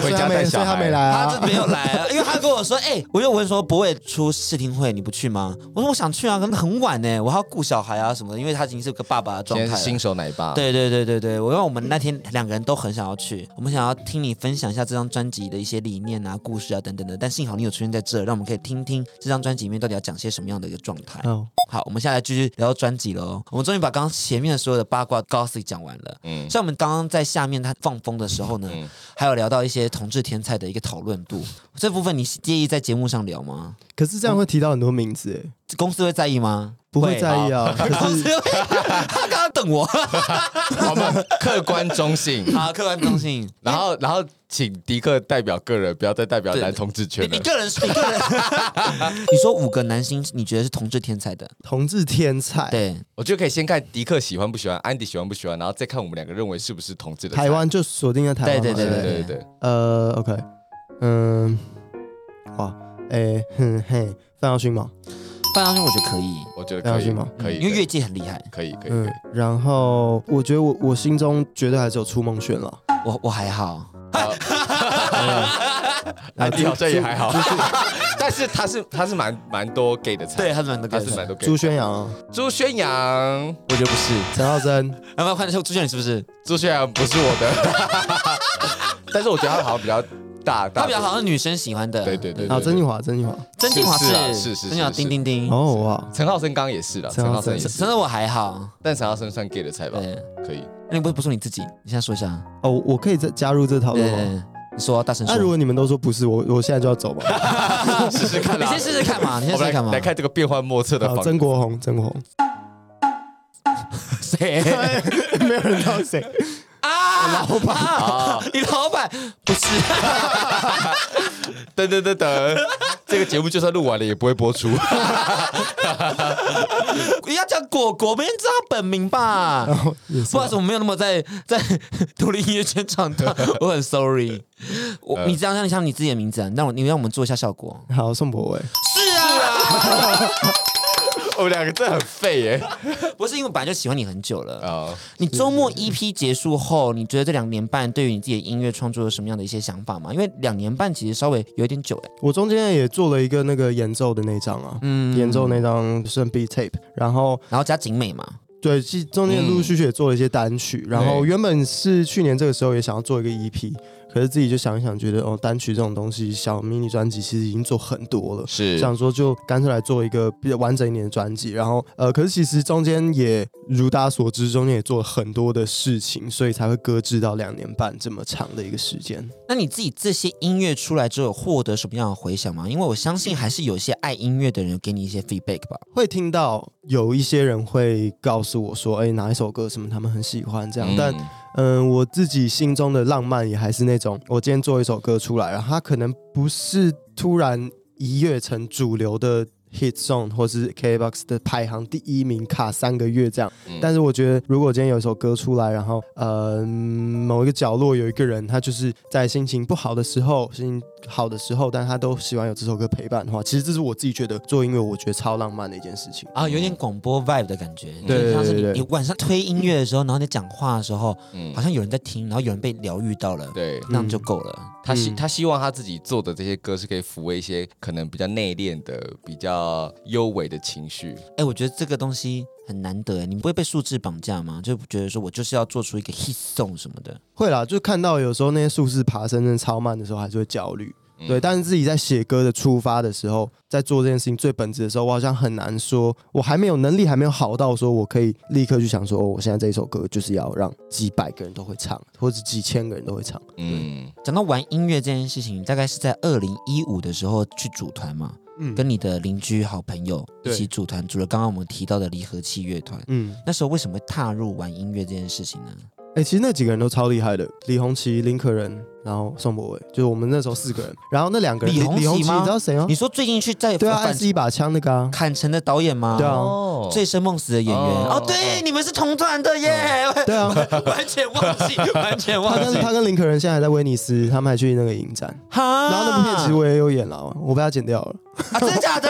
Speaker 3: [LAUGHS] 回
Speaker 4: 所以他
Speaker 3: 家带
Speaker 4: 没，
Speaker 3: 小
Speaker 4: 所以他
Speaker 3: 孩
Speaker 4: 没来
Speaker 2: 他
Speaker 4: 啊
Speaker 2: 就。没有来啊，因为他跟我说，哎、我就问说不会出试听会，你不去吗？我说我想去啊，可是很晚呢、我还要顾小孩啊什么的，因为他已经是个爸爸的状
Speaker 3: 今
Speaker 2: 态
Speaker 4: 啊
Speaker 3: 天是
Speaker 2: 了。
Speaker 3: 新手奶爸，，
Speaker 2: 对对对对对，我因为我们那天两个人都很想要去，我们想要听你分享一下这张专辑的一些理念啊、故事啊等等的，但幸好你有出现在这，让我们可以听听这张专辑里面到底要讲些什么样的一个状态。
Speaker 4: 哦，
Speaker 2: 好，我们现在继续聊专辑喽。我们终于把刚刚前面所有的八卦 gossip 讲完了。嗯，像我们刚刚在下面他放风的时候呢，
Speaker 3: 嗯
Speaker 2: 还有聊到一些同志天才的一个讨论度，这部分你介意在节目上聊吗？
Speaker 4: 可是这样会提到很多名字，哎，
Speaker 2: 公司会在意吗？
Speaker 4: 不会在意
Speaker 2: 啊。
Speaker 3: 哦
Speaker 4: 啊。可
Speaker 2: 公司
Speaker 3: [LAUGHS]
Speaker 4: 是
Speaker 2: 会，他刚刚等我。
Speaker 3: 我们客观中
Speaker 4: [LAUGHS]
Speaker 3: 性，
Speaker 2: 好，客观中性。
Speaker 3: 然后然后请迪克代表个人，不要再代表
Speaker 2: 对
Speaker 3: 男同志圈
Speaker 2: 你你
Speaker 3: 了。
Speaker 2: 个人，你个人， [LAUGHS] 你说五个男星，你觉得是同志天才的？
Speaker 4: 同志天
Speaker 3: 哎
Speaker 4: 才，
Speaker 2: 对，
Speaker 3: 我觉得可以先看迪克喜欢不喜欢，安迪喜欢不喜欢，然后再看我们两个认为是不是同志的菜
Speaker 4: 台。湾就锁定在台湾嘛，
Speaker 2: 对
Speaker 3: 对
Speaker 4: 不
Speaker 3: 对对对，
Speaker 4: 呃，OK，嗯，哇，哎、哼嘿，范耀勋嘛，
Speaker 2: 范晓萱我觉得可以，
Speaker 3: 我觉得可
Speaker 4: 要去
Speaker 3: 以
Speaker 4: 吗，
Speaker 3: 可以，
Speaker 2: 因为越界很厉害。
Speaker 3: 可以可以可以
Speaker 4: 嗯，然后我觉得我我心中绝对还是有初梦轩了，
Speaker 2: 我我还好，
Speaker 3: 哎安迪好像也 [LAUGHS] 还好，
Speaker 4: [LAUGHS]
Speaker 3: [LAUGHS] 但是他是他是蛮蛮多 gay 的菜，
Speaker 2: 对，他们都
Speaker 3: 他
Speaker 2: 可以
Speaker 3: 是蛮多 gay
Speaker 4: 朱
Speaker 3: 的。
Speaker 4: 宣阳、啊
Speaker 3: 朱宣阳，我觉得不是，
Speaker 4: 陈浩森，
Speaker 2: 要不要看出出现你是不是？
Speaker 3: 朱宣阳不是我的，但是我觉得他好像比较大，大
Speaker 2: 他比较好像女生喜欢的。
Speaker 3: 对对对
Speaker 4: 然后曾静华，曾静华，
Speaker 2: 曾静华
Speaker 3: 是啊是是
Speaker 2: 是
Speaker 3: 是
Speaker 2: 曾静华
Speaker 3: 是
Speaker 2: 叮叮叮。
Speaker 4: 哦哇，
Speaker 3: 陈浩生刚刚也是啦，
Speaker 4: 陈
Speaker 3: 陈
Speaker 4: 浩
Speaker 3: 浩生
Speaker 4: 森
Speaker 3: 也是
Speaker 2: 真，的我还好，
Speaker 3: 但陈浩生算 gay 的菜吧？
Speaker 2: 对。
Speaker 3: 可以， [LAUGHS]
Speaker 2: 那你不是不说你自己？你现在说一下。
Speaker 4: 哦，我可以再加入这讨
Speaker 2: 对
Speaker 4: 论
Speaker 2: 对
Speaker 4: 吗？
Speaker 2: 对，你说啊大声说。
Speaker 4: 那如果你们都说不是，我我现在就要走吧。
Speaker 3: 试试看
Speaker 2: 你
Speaker 3: 啦。
Speaker 2: 先试试看
Speaker 3: [LAUGHS]
Speaker 2: 嘛，你先
Speaker 3: 我
Speaker 2: 试试
Speaker 3: 们
Speaker 2: 看嘛
Speaker 3: 来。来看这个变幻莫测的
Speaker 4: 好，
Speaker 3: 房
Speaker 4: 曾国宏，曾国宏，
Speaker 3: [LAUGHS]
Speaker 2: 谁
Speaker 4: 没有人知 [LAUGHS] 道谁，
Speaker 2: 啊？老
Speaker 3: 哦
Speaker 2: 板，你老板不是？
Speaker 3: 等等等等， [LAUGHS] 这个节目就算录完了也不会播出。 [LAUGHS]
Speaker 2: 你要讲果果，没人知道他本名吧？
Speaker 4: 哦也
Speaker 2: 不好意思，我没有那么在 [LAUGHS] 在独立音乐圈长
Speaker 3: [LAUGHS]
Speaker 2: 大，我很 sorry。我
Speaker 3: 呃
Speaker 2: 你这样像像你自己的名字啊，你让我你让我们做一下效果。
Speaker 4: 好，宋博伟，
Speaker 2: 是啊，
Speaker 3: 我们两个真的很废 [LAUGHS] 耶。
Speaker 2: [LAUGHS] 不是因为我本来就喜欢你很久了。
Speaker 3: 啊，
Speaker 2: 你周末 EP 结束后，你觉得这两年半对于你自己的音乐创作有什么样的一些想法吗？因为两年半其实稍微有一点久哎、
Speaker 4: 我中间也做了一个那个演奏的那张啊，
Speaker 2: 嗯
Speaker 4: 演奏那张圣 B tape，然后
Speaker 2: 然后加景美嘛，
Speaker 4: 对，其实中间陆陆续续也做了一些单曲，然后
Speaker 3: 对
Speaker 4: 原本是去年这个时候也想要做一个 EP，可是自己就想一想，觉得哦，单曲这种东西，小 mini 专辑其实已经做很多了。
Speaker 3: 是
Speaker 4: 想说就干脆来做一个比较完整一点的专辑，然后呃，可是其实中间也如大家所知，中间也做了很多的事情，所以才会搁置到两年半这么长的一个时间。
Speaker 2: 那你自己这些音乐出来之后，有获得什么样的回响吗？因为我相信还是有一些爱音乐的人给你一些 feedback 吧。
Speaker 4: 会听到有一些人会告诉我说，哎，哪一首歌什么他们很喜欢这样，但嗯，我自己心中的浪漫也还是那种，我今天做一首歌出来，然后它可能不是突然一跃成主流的 hit song 或是 KBox 的排行第一名，卡三个月这样。但是我觉得，如果今天有一首歌出来，然后呃某一个角落有一个人，他就是在心情不好的时候、心情好的时候，但他都喜欢有这首歌陪伴的话，其实这是我自己觉得做音乐，我觉得超浪漫的一件事情。
Speaker 2: 啊，有点广播 vibe 的感觉，
Speaker 4: 对
Speaker 2: 就像是
Speaker 4: 对
Speaker 2: 你
Speaker 4: 对
Speaker 2: 嗯你晚上推音乐的时候，然后你讲话的时候，
Speaker 3: 嗯
Speaker 2: 好像有人在听，然后有人被疗愈到了，
Speaker 3: 对
Speaker 2: 那样就够了。
Speaker 3: 他希
Speaker 4: 嗯
Speaker 3: 他希望他自己做的这些歌是可以抚慰一些可能比较内敛的、比较幽微的情绪。
Speaker 2: 哎，我觉得这个东西很难得哎，你不会被数字绑架吗？就觉得说我就是要做出一个 hit song 什么的，
Speaker 4: 会啦，就看到有时候那些数字爬升真的超慢的时候，还是会焦虑。
Speaker 2: 嗯
Speaker 4: 对，但是自己在写歌的出发的时候，在做这件事情最本质的时候，我好像很难说，我还没有能力，还没有好到说我可以立刻去想说，哦，我现在这一首歌就是要让几百个人都会唱，或者几千个人都会唱。
Speaker 3: 嗯，
Speaker 2: 讲到玩音乐这件事情，大概是在二零一五的时候去组团嘛，
Speaker 4: 嗯
Speaker 2: 跟你的邻居好朋友一
Speaker 4: 对
Speaker 2: 起组团，组了刚刚我们提到的离合器乐团。
Speaker 4: 嗯，
Speaker 2: 那时候为什么会踏入玩音乐这件事情呢？
Speaker 4: 哎、其实那几个人都超厉害的，李红旗、林可人，然后宋博伟，就是我们那时候四个人，然后那两个人，
Speaker 2: 李红旗
Speaker 4: 李红旗
Speaker 2: 吗
Speaker 4: 你知道谁吗哦
Speaker 2: 你？说最近去在
Speaker 4: 啊对啊，爱
Speaker 2: 反
Speaker 4: 是一把枪那个啊，
Speaker 2: 砍城的导演吗？
Speaker 4: 对啊
Speaker 3: 哦
Speaker 2: 醉生梦死的演员
Speaker 3: 哦
Speaker 2: 哦，对，你们是同团的耶，
Speaker 4: 对啊，
Speaker 2: [LAUGHS] 完全忘记，完全
Speaker 4: 他
Speaker 2: 忘
Speaker 4: 跟
Speaker 2: 记。
Speaker 4: 他跟林可人现在还在威尼斯，他们还去那个影展，
Speaker 2: 哈
Speaker 4: 然后那部片其实我也有演了，我被他剪掉了。
Speaker 2: 啊，真的假
Speaker 4: [LAUGHS]
Speaker 2: 的？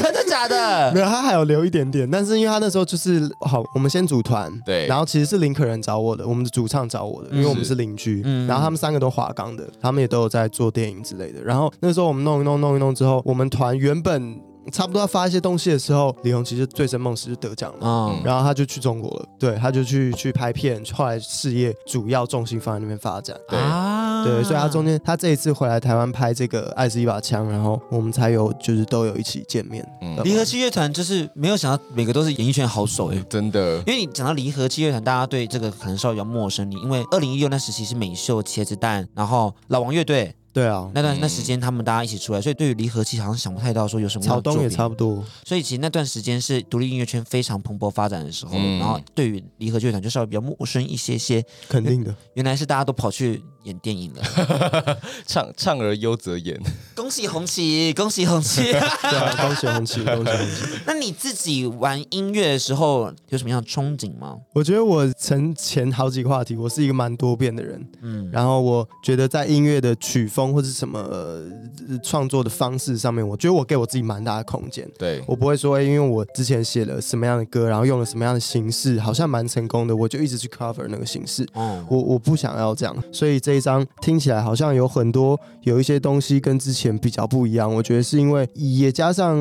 Speaker 2: 真的假的？
Speaker 4: 没有，他还有留一点点，但是因为他那时候就是好，我们先组团，
Speaker 3: 对
Speaker 4: 然后其实是林可人找我的，我们的主唱找我的，因为我们是邻居，
Speaker 2: 嗯
Speaker 4: 然后他们三个都华冈的，他们也都有在做电影之类的。然后那时候我们弄一弄弄一弄之后，我们团原本差不多要发一些东西的时候，李红旗就醉生梦死就得奖了。
Speaker 2: 嗯，
Speaker 4: 然后他就去中国了，对，他就去去拍片，后来事业主要重心放在那边发展。
Speaker 3: 对
Speaker 2: 啊
Speaker 4: 对，所以他中间他这一次回来台湾拍这个《爱是一把枪》，然后我们才有就是都有一起见面。
Speaker 3: 嗯
Speaker 4: 对
Speaker 2: 离合器乐团就是没有想到每个都是演艺圈好手哎、
Speaker 3: 真的，
Speaker 2: 因为你讲到离合器乐团，大家对这个可能稍微比较陌生。你因为二零一六那时期是美秀、茄子蛋，然后老王乐队
Speaker 4: 对啊，
Speaker 2: 那段
Speaker 3: 嗯
Speaker 2: 那时间他们大家一起出来，所以对于离合器好像想不太到说有什么样
Speaker 4: 草
Speaker 2: 的作
Speaker 4: 东
Speaker 2: 品
Speaker 4: 也差不多。
Speaker 2: 所以其实那段时间是独立音乐圈非常蓬勃发展的时候，
Speaker 3: 嗯
Speaker 2: 然后对于离合乐团就稍微比较陌生一些些。
Speaker 4: 肯
Speaker 2: [LAUGHS]
Speaker 4: 定的，
Speaker 2: 原来是大家都跑去演电影了，
Speaker 3: 唱唱而优则演，
Speaker 2: [LAUGHS] 恭喜红旗，恭喜红旗。
Speaker 4: 对啊，高血红旗，高血红旗。
Speaker 2: [LAUGHS] 那你自己玩音乐的时候有什么样的憧憬吗？
Speaker 4: 我觉得我曾前好几个话题，我是一个蛮多变的人，
Speaker 2: 嗯，
Speaker 4: 然后我觉得在音乐的曲风或是什么呃创、作的方式上面，我觉得我给我自己蛮大的空间。
Speaker 2: 哦
Speaker 3: 对，
Speaker 4: 我不会说，哎、因为我之前写了什么样的歌，然后用了什么样的形式，好像蛮成功的，我就一直去 cover 那个形式。
Speaker 2: 哦，
Speaker 4: 我我不想要这样，所以这一张听起来好像有很多有一些东西跟之前比较不一样。我觉得是因为也加上，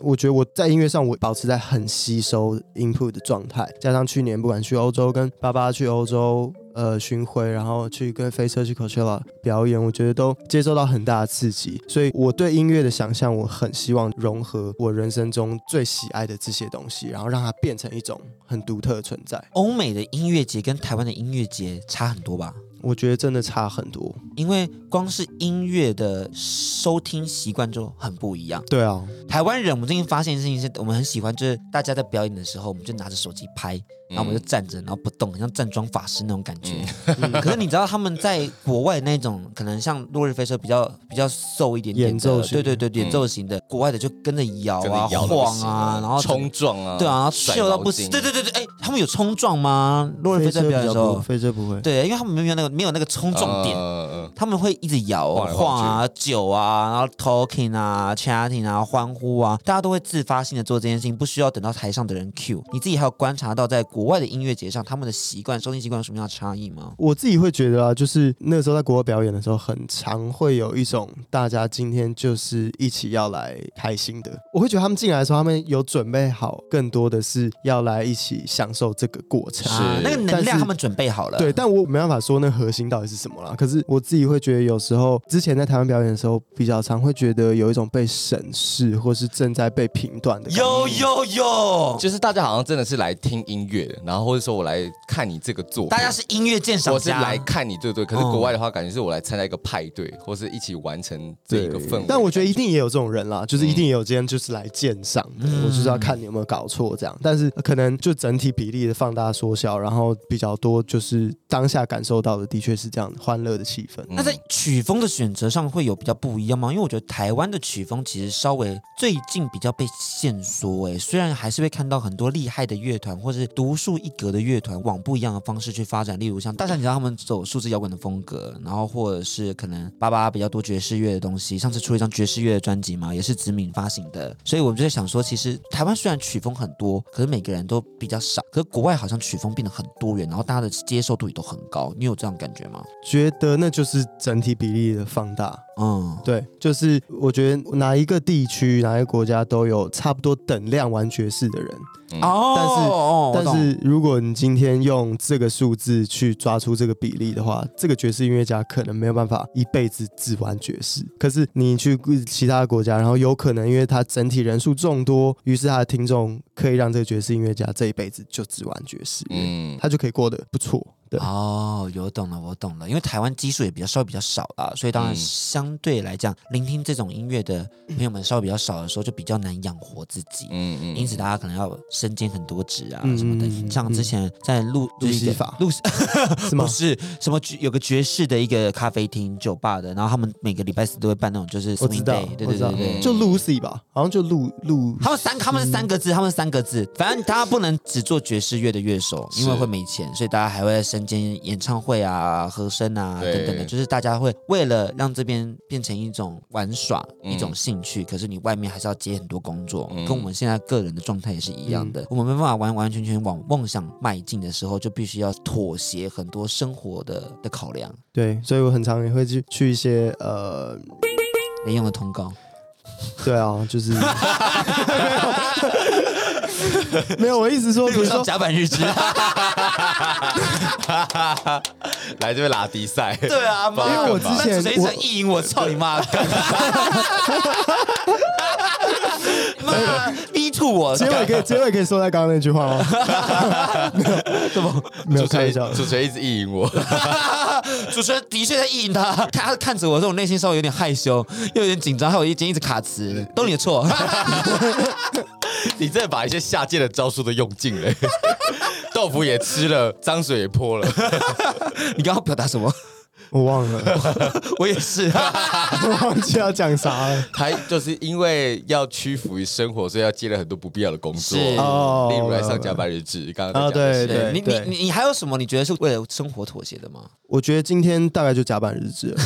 Speaker 4: 我觉得我在音乐上我保持在很吸收 input 的状态，加上去年不管去欧洲跟爸爸去欧洲。呃，巡回，然后去跟飞车去 Coachella 表演，我觉得都接受到很大的刺激，所以我对音乐的想象，我很希望融合我人生中最喜爱的这些东西，然后让它变成一种很独特的存在。
Speaker 2: 欧美的音乐节跟台湾的音乐节差很多吧？
Speaker 4: 我觉得真的差很多。
Speaker 2: 因为光是音乐的收听习惯就很不一样。
Speaker 4: 对啊，
Speaker 2: 台湾人，我们最近发现一件事情是，我们很喜欢，就是大家在表演的时候，我们就拿着手机拍，
Speaker 3: 嗯
Speaker 2: 然后我们就站着，然后不动，很像站桩法师那种感觉。
Speaker 3: 嗯
Speaker 2: [LAUGHS] 可是你知道他们在国外那种，可能像落日飞车比较比较瘦一点点的，
Speaker 4: 演奏型
Speaker 2: 对对对，演奏型的，国外的就跟着摇
Speaker 3: 真
Speaker 2: 啊、
Speaker 3: 的嗯摇到不
Speaker 2: 晃
Speaker 3: 行
Speaker 2: 啊，然后
Speaker 3: 冲。撞啊，
Speaker 2: 对啊，然后
Speaker 3: 甩
Speaker 2: 秀到
Speaker 3: 毛
Speaker 2: 不行。
Speaker 3: 巾
Speaker 2: 对对对对，哎，他们有冲撞吗？落日
Speaker 4: 飞
Speaker 2: 飞车
Speaker 4: 车
Speaker 2: 表演的时候，
Speaker 4: 飞车不会。
Speaker 2: 对，因为他们没有那个没有那个冲撞点，
Speaker 3: 嗯嗯
Speaker 2: 他们会一直摇
Speaker 3: 晃来
Speaker 2: 晃啊、酒啊，然后 talking 啊、chatting 啊、欢呼啊，大家都会自发性的做这件事情，不需要等到台上的人 cue。你自己还有观察到在国外的音乐节上，他们的习惯、收听习惯有什么样的差异吗？
Speaker 4: 我自己会觉得啊，就是那时候在国外表演的时候，很常会有一种大家今天就是一起要来开心的。我会觉得他们进来的时候，他们有准备好，更多的是要来一起享受这个过程。
Speaker 2: 啊那个能
Speaker 4: 但
Speaker 2: 量
Speaker 4: 是
Speaker 2: 他们准备好了。
Speaker 4: 对，但我没办法说那核心到底是什么啦。可是我自己会觉得，有时候之前在台湾表演的时候，比较常会觉得有一种被审视或是正在被评断的感觉。
Speaker 2: 有有有，
Speaker 3: 就是大家好像真的是来听音乐的，然后或者说我来看你这个作品，
Speaker 2: 大家是音乐鉴赏
Speaker 3: 我是
Speaker 2: 家，
Speaker 3: 来看你，对对。可是
Speaker 2: 嗯
Speaker 3: 国外的话，感觉是我来参加一个派对，或是一起完成这
Speaker 4: 对，
Speaker 3: 一个氛围。
Speaker 4: 但我觉得一定也有这种人啦，就是一定也有今天就是来鉴赏的，
Speaker 2: 嗯
Speaker 4: 我就是要看你有没有搞错这样。但是可能就整体比例的放大缩小，然后比较多就是当下感受到的的确是这样欢乐的气氛。
Speaker 3: 嗯
Speaker 2: 那在曲风的选择上会有比较不一样吗？因为我觉得台湾的曲风其实稍微最近比较被限缩，哎，虽然还是会看到很多厉害的乐团或者是独树一格的乐团往不一样的方式去发展，例如像大象，你知道他们走数字摇滚的风格，然后或者是可能爸爸比较多爵士乐的东西，上次出了一张爵士乐的专辑嘛，也是子敏发行的，所以我们就在想说，其实台湾虽然曲风很多，可是每个人都比较少，可是国外好像曲风变得很多元，然后大家的接受度也都很高，你有这样感觉吗？
Speaker 4: 觉得那就是整体比例的放大，
Speaker 2: 嗯，
Speaker 4: 对，就是我觉得哪一个地区、哪一个国家都有差不多等量玩爵士的人，
Speaker 2: 哦，
Speaker 4: 嗯但
Speaker 2: 我懂
Speaker 4: 是如果你今天用这个数字去抓出这个比例的话，这个爵士音乐家可能没有办法一辈子只玩爵士。可是你去其他国家，然后有可能因为他整体人数众多，于是他的听众可以让这个爵士音乐家这一辈子就只玩爵士乐，
Speaker 3: 嗯
Speaker 4: 他就可以过得不错。对，
Speaker 2: 哦，有懂了，我懂了，因为台湾基数也比较稍微比较少啦，所以当然
Speaker 3: 嗯
Speaker 2: 相对来讲，聆听这种音乐的朋友们稍微比较少的时候，就比较难养活自己。
Speaker 3: 嗯嗯
Speaker 2: 因此，大家可能要身兼很多职啊
Speaker 4: 嗯
Speaker 2: 什么的。
Speaker 4: 嗯
Speaker 2: 像之前在录
Speaker 4: 路
Speaker 2: 录一
Speaker 4: 西
Speaker 2: 个
Speaker 4: 法
Speaker 2: 录
Speaker 4: 是
Speaker 2: [LAUGHS]
Speaker 4: 吗
Speaker 2: 不？是什么爵有个爵士的一个咖啡厅酒吧的，然后他们每个礼拜四都会办那种就是
Speaker 4: 我知
Speaker 2: swing
Speaker 4: 道
Speaker 2: day，，对
Speaker 4: 我
Speaker 2: 对
Speaker 4: 知
Speaker 2: 对
Speaker 4: 道，
Speaker 2: 对。
Speaker 4: 就 Lucy 吧，好像就露露
Speaker 2: 他们三，他们是三个字，他们是三个字。反正大家不能只做爵士乐的乐手，因为
Speaker 3: 是
Speaker 2: 会没钱，所以大家还会身兼演唱会啊、和声啊
Speaker 3: 对
Speaker 2: 等等的。就是大家会为了让这边变成一种玩耍、
Speaker 3: 嗯
Speaker 2: 一种兴趣，可是你外面还是要接很多工作，
Speaker 3: 嗯
Speaker 2: 跟我们现在个人的状态也是一样的。我们没办法完完全全往梦想迈进的时候，就必须要妥协很多生活的的考量。
Speaker 4: 对，所以我很常也会去去一些呃，
Speaker 2: 没用的通告，
Speaker 4: 对啊，就是
Speaker 2: [LAUGHS]
Speaker 4: 没有，我一直说，比
Speaker 2: 比如
Speaker 4: 如
Speaker 2: 说 [LAUGHS]
Speaker 4: 说
Speaker 2: 甲板日志，
Speaker 3: 来这边拉迪赛， [LAUGHS]
Speaker 2: 对啊，
Speaker 3: 妈因为我之
Speaker 4: 前
Speaker 2: 那主持人一直
Speaker 4: 我
Speaker 2: 想意淫我，操你妈！妈逼吐我，
Speaker 4: 结尾可以结尾可以说在刚刚那句话吗？没有，怎么没有
Speaker 3: 主持
Speaker 4: 开玩
Speaker 3: 人
Speaker 4: 笑的？
Speaker 3: 主持人一直意淫我，
Speaker 2: [LAUGHS]
Speaker 3: [LAUGHS]
Speaker 2: 主持人的确在意淫他，他看着我的时候，我内心稍微有点害羞，又有点紧张，还有一间一直卡词，都你的错。 [LAUGHS]
Speaker 3: 你真的把一些下贱的招数都用尽了， [LAUGHS] 豆腐也吃了，脏水也泼了，
Speaker 2: 你刚刚表达什么？
Speaker 4: 我忘了，
Speaker 2: 我也是，
Speaker 4: 我忘记要讲啥了。
Speaker 3: 他就是因为要屈服于生活，所以要接了很多不必要的工作，
Speaker 2: 是
Speaker 4: 哦
Speaker 3: 例如来上加班日志，刚
Speaker 4: 啊
Speaker 3: 刚在讲的
Speaker 4: 对
Speaker 3: 是
Speaker 2: 对你你你你还有什么你觉得是为了生活妥协的吗？
Speaker 4: 我觉得今天大概就甲板日志了。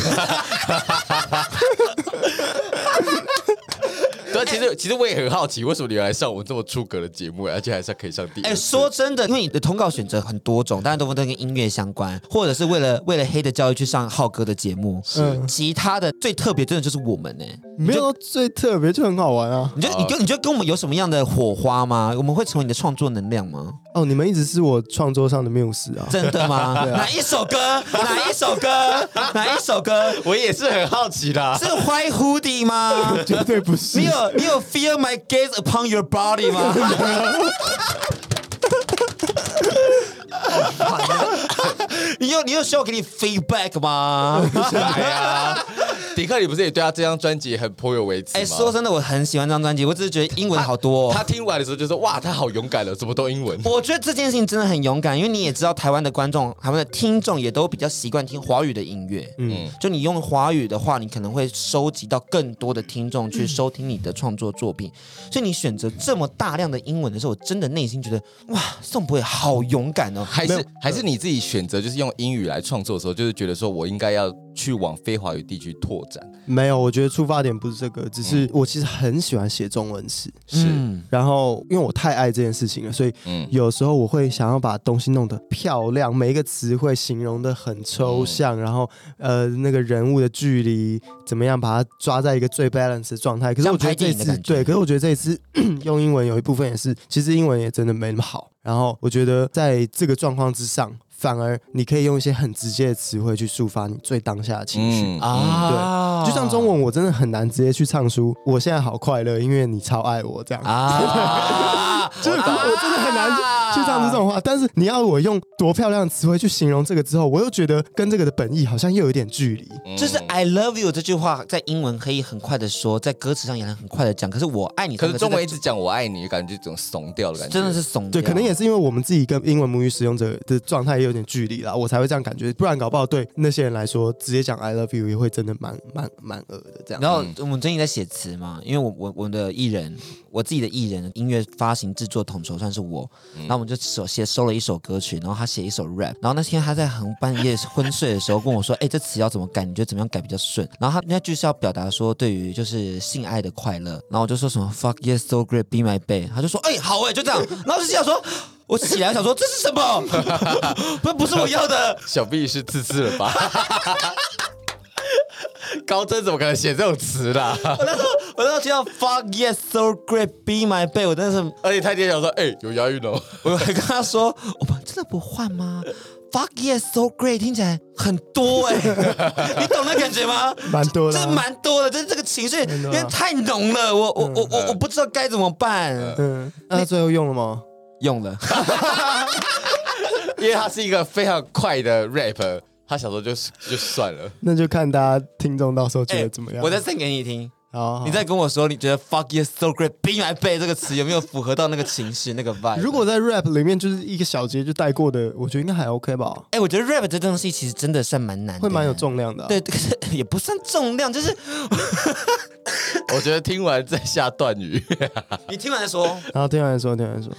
Speaker 3: 对，其实其实我也很好奇，为什么你来上我们这么出格的节目，而且还是可以上第一？
Speaker 2: 哎、说真的，因为你的通告选择很多种，当然都都跟音乐相关，或者是为了为了黑的教育去上浩哥的节目。
Speaker 4: 嗯，
Speaker 2: 其他的最特别，真的就是我们呢、
Speaker 4: 没有到最特别，就很好玩啊。
Speaker 2: 你觉得你跟你觉得跟我们有什么样的火花吗？我们会成为你的创作能量吗？
Speaker 4: 哦，你们一直是我创作上的缪斯啊。
Speaker 2: 真的
Speaker 4: [LAUGHS]
Speaker 2: 吗？哪一首歌？哪一首歌？哪一首歌？
Speaker 3: [LAUGHS] 我也是很好奇啦。
Speaker 2: 是怀蝴蝶
Speaker 4: [LAUGHS]
Speaker 2: 吗？ [LAUGHS]
Speaker 4: 绝对不是
Speaker 2: 你有你有 feel my gaze upon your body 吗？ [LAUGHS] 好烦啊你有你有需要给你 feedback 吗？
Speaker 3: 哎呀，迪克，你不是也对他这张专辑很颇有微词吗？
Speaker 2: 哎，说真的，我很喜欢这张专辑，我只是觉得英文好多、哦
Speaker 3: 他。听完的时候就说：“哇，他好勇敢哦了，怎么都英文。
Speaker 2: 我觉得这件事情真的很勇敢，因为你也知道台湾的观众、台湾的听众也都比较习惯听华语的音乐。嗯，就你用华语的话，你可能会收集到更多的听众去收听你的创作作品。所以你选择这么大量的英文的时候，我真的内心觉得哇，宋博也好勇敢哦”。
Speaker 3: 还是还是你自己选择，就是用英语来创作的时候，就是觉得说我应该要去往非华语地区拓展。
Speaker 4: 没有，我觉得出发点不是这个，只
Speaker 2: 嗯
Speaker 4: 是我其实很喜欢写中文词，
Speaker 3: 是，
Speaker 4: 然后因为我太爱这件事情了，所以
Speaker 3: 嗯
Speaker 4: 有时候我会想要把东西弄得漂亮，每一个词汇形容的很抽
Speaker 2: 嗯
Speaker 4: 象，然后呃那个人物的距离怎么样把它抓在一个最 balance 的状态。可是我觉得这
Speaker 2: 像拍电影的
Speaker 4: 次
Speaker 2: 感觉
Speaker 4: 对，可是我觉得这一次 [CLEARS THROAT] 用英文有一部分也是，其实英文也真的没那么好。然后我觉得在这个状况之上，反而你可以用一些很直接的词汇去抒发你最当下的情绪。
Speaker 3: 嗯啊，
Speaker 2: 啊
Speaker 4: 就像中文，我真的很难直接去唱出“我现在好快乐，因为你超爱我”这
Speaker 3: [LAUGHS]
Speaker 4: 样。
Speaker 2: 啊，
Speaker 4: 就是我真的很难去唱出这种话，但是你要我用多漂亮的词汇去形容这个之后，我又觉得跟这个的本意好像又有一点距离。
Speaker 3: 嗯
Speaker 2: 就是哎 I love you 这句话，在英文可以很快的说，在歌词上也能很快的讲。可是我爱你，
Speaker 3: 可是中文一直讲我爱你，感觉这种怂掉的感觉，
Speaker 2: 真的是怂掉。
Speaker 4: 对，可啊能也是因为我们自己跟英文母语使用者的状态也有点距离啦，我才会这样感觉。不然搞不好对那些人来说，直接讲 “I love you” 也会真的蛮蛮蛮恶的这样。
Speaker 2: 然后我们最近在写词嘛，因为我我我的艺人，我自己的艺人音乐发行制作统筹算是我，然后我们就首写收了一首歌曲，然后他写一首 rap，然后那天他在很半夜昏睡的时候跟我说，哎、这词要怎么改？你觉得怎么样改比较顺？然后他那句是要表达说对于就是性爱的快乐，然后我就说什么 fuck yes so great be my babe，他就说哎、好哎、就这样，然后我就想说。我起来我想说这是什么？ [LAUGHS] 不不是我要的，
Speaker 3: 小 B 是自私了吧？ [LAUGHS] 高真怎么可能写这种词啊啦？
Speaker 2: 我那时候我那时候听到 fuck yes so great be my babe，我真的是，
Speaker 3: 而且他爹想说，哎、有押韵哦。
Speaker 2: 我还跟他说，我们真的不换吗？fuck yes so great 听起来很多
Speaker 4: [LAUGHS]
Speaker 2: 哎、你懂那感觉吗？
Speaker 4: 蛮多的啊
Speaker 2: 这蛮多的，就是这个情绪
Speaker 4: 多
Speaker 2: 因
Speaker 4: 啊
Speaker 2: 为太浓了，我我我我我不知道该怎么办。
Speaker 4: 嗯，那最后用了吗？
Speaker 2: 用
Speaker 4: [LAUGHS]
Speaker 2: 了，
Speaker 3: 因为他是一个非常快的 rap，他想说就就算了。
Speaker 4: 那就看大家听众到时候觉得
Speaker 2: 哎
Speaker 4: 怎么样。哦
Speaker 2: 我再送给你听。
Speaker 4: 好，好
Speaker 2: 你再跟我说，你觉得 “fuck you so great” “be my babe” 这个词有没有符合到那个情绪、那个 vibe？
Speaker 4: 如果在 rap 里面就是一个小节就带过的，我觉得应该还 OK 吧，
Speaker 2: 哎、我觉得 rap 这东西其实真的算蛮难的，
Speaker 4: 会蛮有重量的啊、
Speaker 2: 对，可是也不算重量，就是 [LAUGHS]
Speaker 3: 我觉得听完再下断语，
Speaker 2: 你听完说。
Speaker 4: 然后听完说，听完说，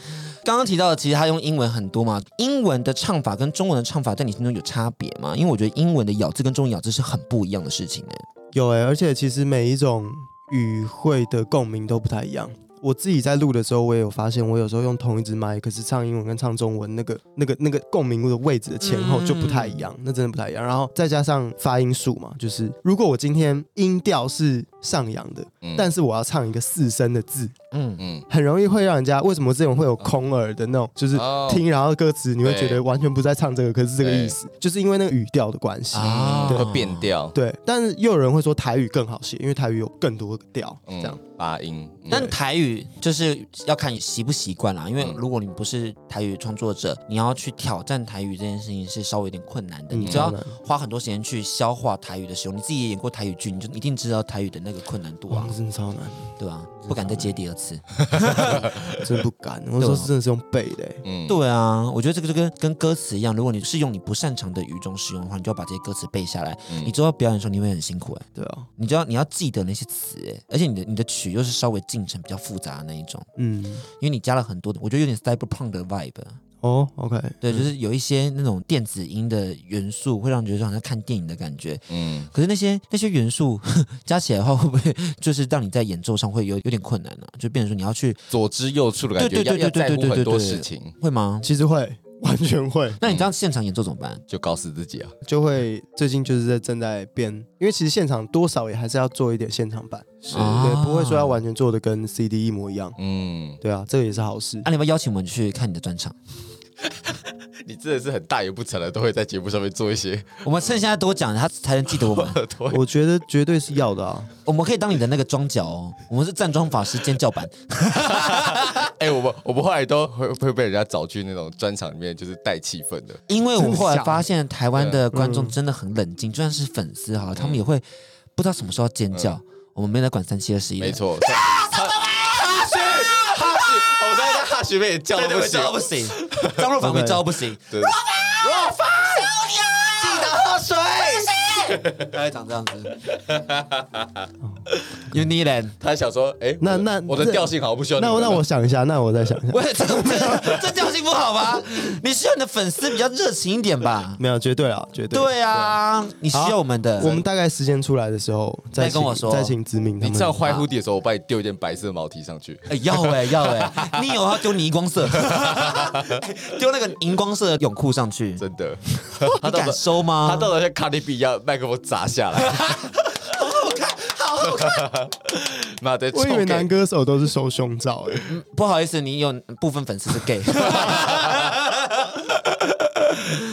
Speaker 2: 刚刚提到的，其实他用英文很多嘛，英文的唱法跟中文的唱法在你心中有差别吗？因为我觉得英文的咬字跟中文咬字是很不一样的事情哎、
Speaker 4: 有哎、而且其实每一种语汇的共鸣都不太一样。我自己在录的时候，我也有发现，我有时候用同一支麦，可是唱英文跟唱中文那个、那个、那个共鸣的位置的前后就不太一样，
Speaker 3: 嗯
Speaker 4: 那真的不太一样。然后再加上发音数嘛，就是如果我今天音调是上扬的，
Speaker 3: 嗯
Speaker 4: 但是我要唱一个四声的字，
Speaker 2: 嗯，
Speaker 3: 嗯，
Speaker 4: 很容易会让人家为什么这种会有空耳的那种，就是
Speaker 3: 哦
Speaker 4: 听然后歌词你会觉
Speaker 3: 对
Speaker 4: 得完全不在唱这个，可是这个意思，就是因为那个语调的关系。
Speaker 2: 啊
Speaker 3: 会变调，
Speaker 4: 对，但是又有人会说台语更好写，因为台语有更多个调，这
Speaker 3: 嗯
Speaker 4: 样。
Speaker 3: 发音。嗯
Speaker 2: 但台语就是要看你习不习惯啦，因为如果你不是台语创作者，你要去挑战台语这件事情是稍微有点困难的，
Speaker 4: 嗯
Speaker 2: 你就要
Speaker 4: 当然
Speaker 2: 花很多时间去消化台语的使用。你自己也演过台语剧，你就一定知道台语的那个困难度
Speaker 4: 哇
Speaker 2: 啊，，
Speaker 4: 真的超难，
Speaker 2: 对啊，不敢再接第二次。
Speaker 4: 真的不敢。我说真的是用背的欸、
Speaker 3: 嗯，
Speaker 2: 对啊，我觉得这个就跟跟歌词一样，如果你是用你不擅长的语种使用的话，你就要把这些歌词背下来。
Speaker 3: 嗯
Speaker 2: 你之后表演的时候，你会很辛苦哎、
Speaker 4: 对啊，
Speaker 2: 你就要你要记得那些词哎、而且你的你的曲又是稍微进程比较复杂的那一种，
Speaker 4: 嗯，
Speaker 2: 因为你加了很多的，我觉得有点 cyberpunk 的 vibe 啊。
Speaker 4: 哦，OK，
Speaker 2: 对，
Speaker 3: 嗯
Speaker 2: 就是有一些那种电子音的元素，会让你觉得好像看电影的感觉。
Speaker 3: 嗯，
Speaker 2: 可是那些那些元素 [LAUGHS] 加起来的话，会不会就是让你在演奏上会有有点困难呢、就变成说你要去
Speaker 3: 左支右绌的感
Speaker 2: 对
Speaker 3: 觉，啊要
Speaker 2: 对对
Speaker 3: 要
Speaker 2: 对
Speaker 3: 在
Speaker 2: 对
Speaker 3: 乎很
Speaker 2: 对对
Speaker 3: 多
Speaker 2: 对
Speaker 3: 事情，嗯
Speaker 2: 会吗？
Speaker 4: 其实会，完全会，
Speaker 2: 那你这样现场演奏怎么办？
Speaker 3: 就搞死自己啊。
Speaker 4: [LAUGHS] 就会最近就是在正在编，因为其实现场多少也还是要做一点现场版，
Speaker 3: 是
Speaker 2: 啊
Speaker 4: 对，不会说要完全做的跟 CD 一模一样。
Speaker 3: 嗯，
Speaker 4: 对啊，这个也是好事
Speaker 2: 啊，。你要不要邀请我们去看你的专场？
Speaker 3: 你真的是很大言不惭的，都会在节目上面做一些
Speaker 2: 我们趁现在多讲，他才能记 [LAUGHS] 得我们。
Speaker 3: 多
Speaker 4: 我觉得绝对是要的啊。
Speaker 2: 我们可以当你的那个装脚哦，我们是站桩法师兼教版。
Speaker 3: 哎、我们我们后来都会会被人家找去那种专场里面，就是带气氛的。
Speaker 2: [LAUGHS] 因为我后来发现台湾的嗯观众真的很冷静，就算是粉丝哈，他们也会不知道什么时候要尖叫。我嗯们没有在管三七二十一的，
Speaker 3: 没错，哈学哈学，我刚才哈学妹也叫
Speaker 2: 对，
Speaker 3: 到
Speaker 2: 对
Speaker 3: 不
Speaker 2: 对，
Speaker 3: 行
Speaker 2: [LAUGHS] 叫到，不行，张若凡会叫到不行，
Speaker 3: 对，若凡，记得喝水。
Speaker 2: 大概长这样子。You need [LAUGHS] it。
Speaker 3: 他想说，哎、
Speaker 4: 那
Speaker 3: 我的
Speaker 4: 那
Speaker 3: 我的
Speaker 4: 这
Speaker 3: 调性好像不需要你
Speaker 4: 那
Speaker 3: 们
Speaker 4: 我
Speaker 3: 了。
Speaker 4: 那我想一下，那我再想一下。
Speaker 2: 喂，这这这调性不好吧？你需要你的粉丝比较热情一点吧？
Speaker 4: 没有，绝对啊，绝对。
Speaker 2: 对啊，你需要我们的。
Speaker 4: 我们大概时间出来的时候
Speaker 2: 再
Speaker 4: 再
Speaker 2: 跟
Speaker 4: 请
Speaker 2: 我说
Speaker 4: 再请子明他
Speaker 3: 你
Speaker 4: 们
Speaker 3: 唱。坏蝴蝶的时候，我帮你丢一件白色的毛衣上去。
Speaker 2: 哎、要哎、要哎、你有要丢你荧光色，丢那个荧光色的泳裤上去，
Speaker 3: [LAUGHS] 真
Speaker 4: [LAUGHS]
Speaker 3: 的，
Speaker 2: 你敢收
Speaker 4: 啊
Speaker 2: 吗？
Speaker 3: 他到了像卡利比一样，麦克风砸下来，
Speaker 4: [LAUGHS]
Speaker 2: 好好看
Speaker 3: 妈的，
Speaker 4: 我以为
Speaker 3: 臭 gay
Speaker 4: 男歌手都是收胸罩欸诶，
Speaker 2: 不好意思，你有部分粉丝是 gay。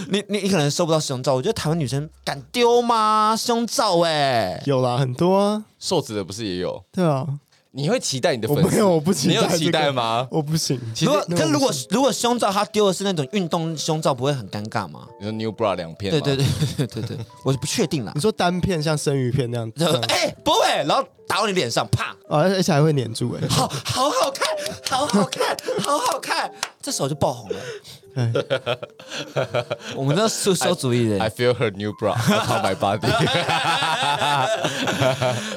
Speaker 2: 你你你可能收不到胸罩，我觉得台湾女生敢丢吗？胸罩哎、
Speaker 4: 有啦，很多啊，
Speaker 3: 瘦子的不是也有？
Speaker 4: 对啊，
Speaker 3: 你会期待你的
Speaker 4: 我
Speaker 3: 粉丝？
Speaker 4: 没有，我不期待
Speaker 3: 你
Speaker 4: 这
Speaker 3: 有
Speaker 4: 个，
Speaker 3: 期待吗？
Speaker 4: 我不行，
Speaker 3: 其
Speaker 2: 如
Speaker 3: 实
Speaker 2: 果
Speaker 4: 那
Speaker 2: 可
Speaker 4: 我
Speaker 2: 如果如果胸罩他丢的是那种运动胸罩，不会很尴尬吗？
Speaker 3: 你说 New Bra 两片，
Speaker 2: 对对，对对对对，我是不确定啦
Speaker 4: 你。说单片像生鱼片
Speaker 2: [LAUGHS]
Speaker 4: 那样，
Speaker 2: 就哎、不会，然后打到你脸上，啪！
Speaker 4: 哦而且而且还会粘住欸
Speaker 2: [LAUGHS]
Speaker 4: 诶。
Speaker 2: 好好好看，好好看，好好看，这时候就爆红了。 [LAUGHS] 我们都是馊主意的。
Speaker 3: ，I feel her new bra on my
Speaker 4: [LAUGHS]
Speaker 3: body。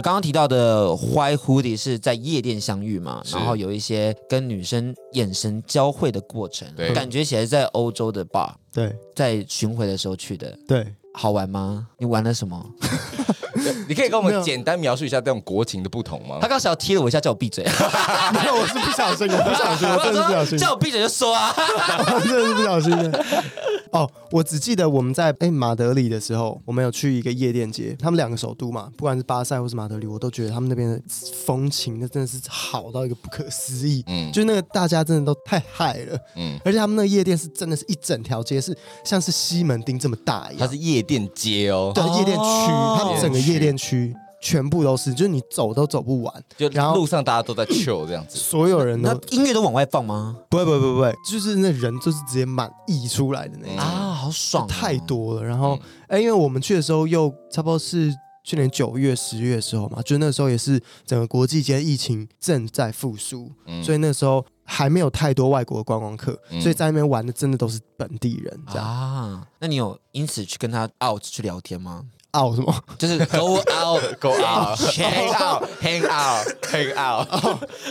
Speaker 2: 刚刚提到的坏 hoodie 是在夜店相遇嘛，
Speaker 3: 是
Speaker 2: 然后有一些跟女生眼神交汇的过程
Speaker 3: 对，
Speaker 2: 感觉起来是在欧洲的 bar，
Speaker 4: 对
Speaker 2: 在巡回的时候去的， [LAUGHS]
Speaker 4: 对，
Speaker 2: 好玩吗？你玩了什么？
Speaker 3: 你可以跟我
Speaker 4: 没
Speaker 3: 们
Speaker 4: 有
Speaker 3: 简单描述一下这种国情的不同吗
Speaker 2: 他？刚想要踢了我一下，叫我闭嘴。
Speaker 4: 没有， [LAUGHS] 我是
Speaker 2: [LAUGHS]
Speaker 4: 不小心，我不小心，我真的是不小
Speaker 2: 说
Speaker 4: 心，
Speaker 2: 叫我闭嘴就说啊。 [LAUGHS]
Speaker 4: 我真的是不小心的。哦，我只记得我们在哎马德里的时候，我们有去一个夜店街，他们两个首都嘛，不管是巴塞或是马德里，我都觉得他们那边的风情那真的是好到一个不可思议。嗯，就是那个大家真的都太嗨了。嗯，而且他们那个夜店是真的是一整条街是像是西门町这么大一
Speaker 3: 它
Speaker 4: 样，
Speaker 3: 是夜店街哦，
Speaker 4: 对夜店区，
Speaker 2: 哦
Speaker 4: 它整个夜店区全部都是，就是你走都走不完，
Speaker 3: 就
Speaker 4: 然后
Speaker 3: 路上大家都在 chill 这
Speaker 4: [LAUGHS]
Speaker 3: 样子。
Speaker 4: 所有人
Speaker 2: 那
Speaker 4: 都
Speaker 2: 音乐都往外放吗？
Speaker 4: 不会不会不会不会，就是那人就是直接满溢出来的那
Speaker 3: 嗯
Speaker 4: 一种。
Speaker 2: 啊，好爽哦！
Speaker 4: 太多了。然
Speaker 2: 嗯
Speaker 4: 后，哎、因为我们去的时候又差不多是去年九月、十月的时候嘛，就那时候也是整个国际间疫情正在复苏，
Speaker 2: 嗯
Speaker 4: 所以那时候还没有太多外国的观光客，所以在那边玩的真的都是本地人，这样
Speaker 2: 啊！那你有因此去跟他 out 去聊天吗？
Speaker 4: 傲、啊什么？ [LAUGHS]
Speaker 2: 就是 go out,
Speaker 3: Go out,
Speaker 2: check
Speaker 3: hang out, hang out, hang out。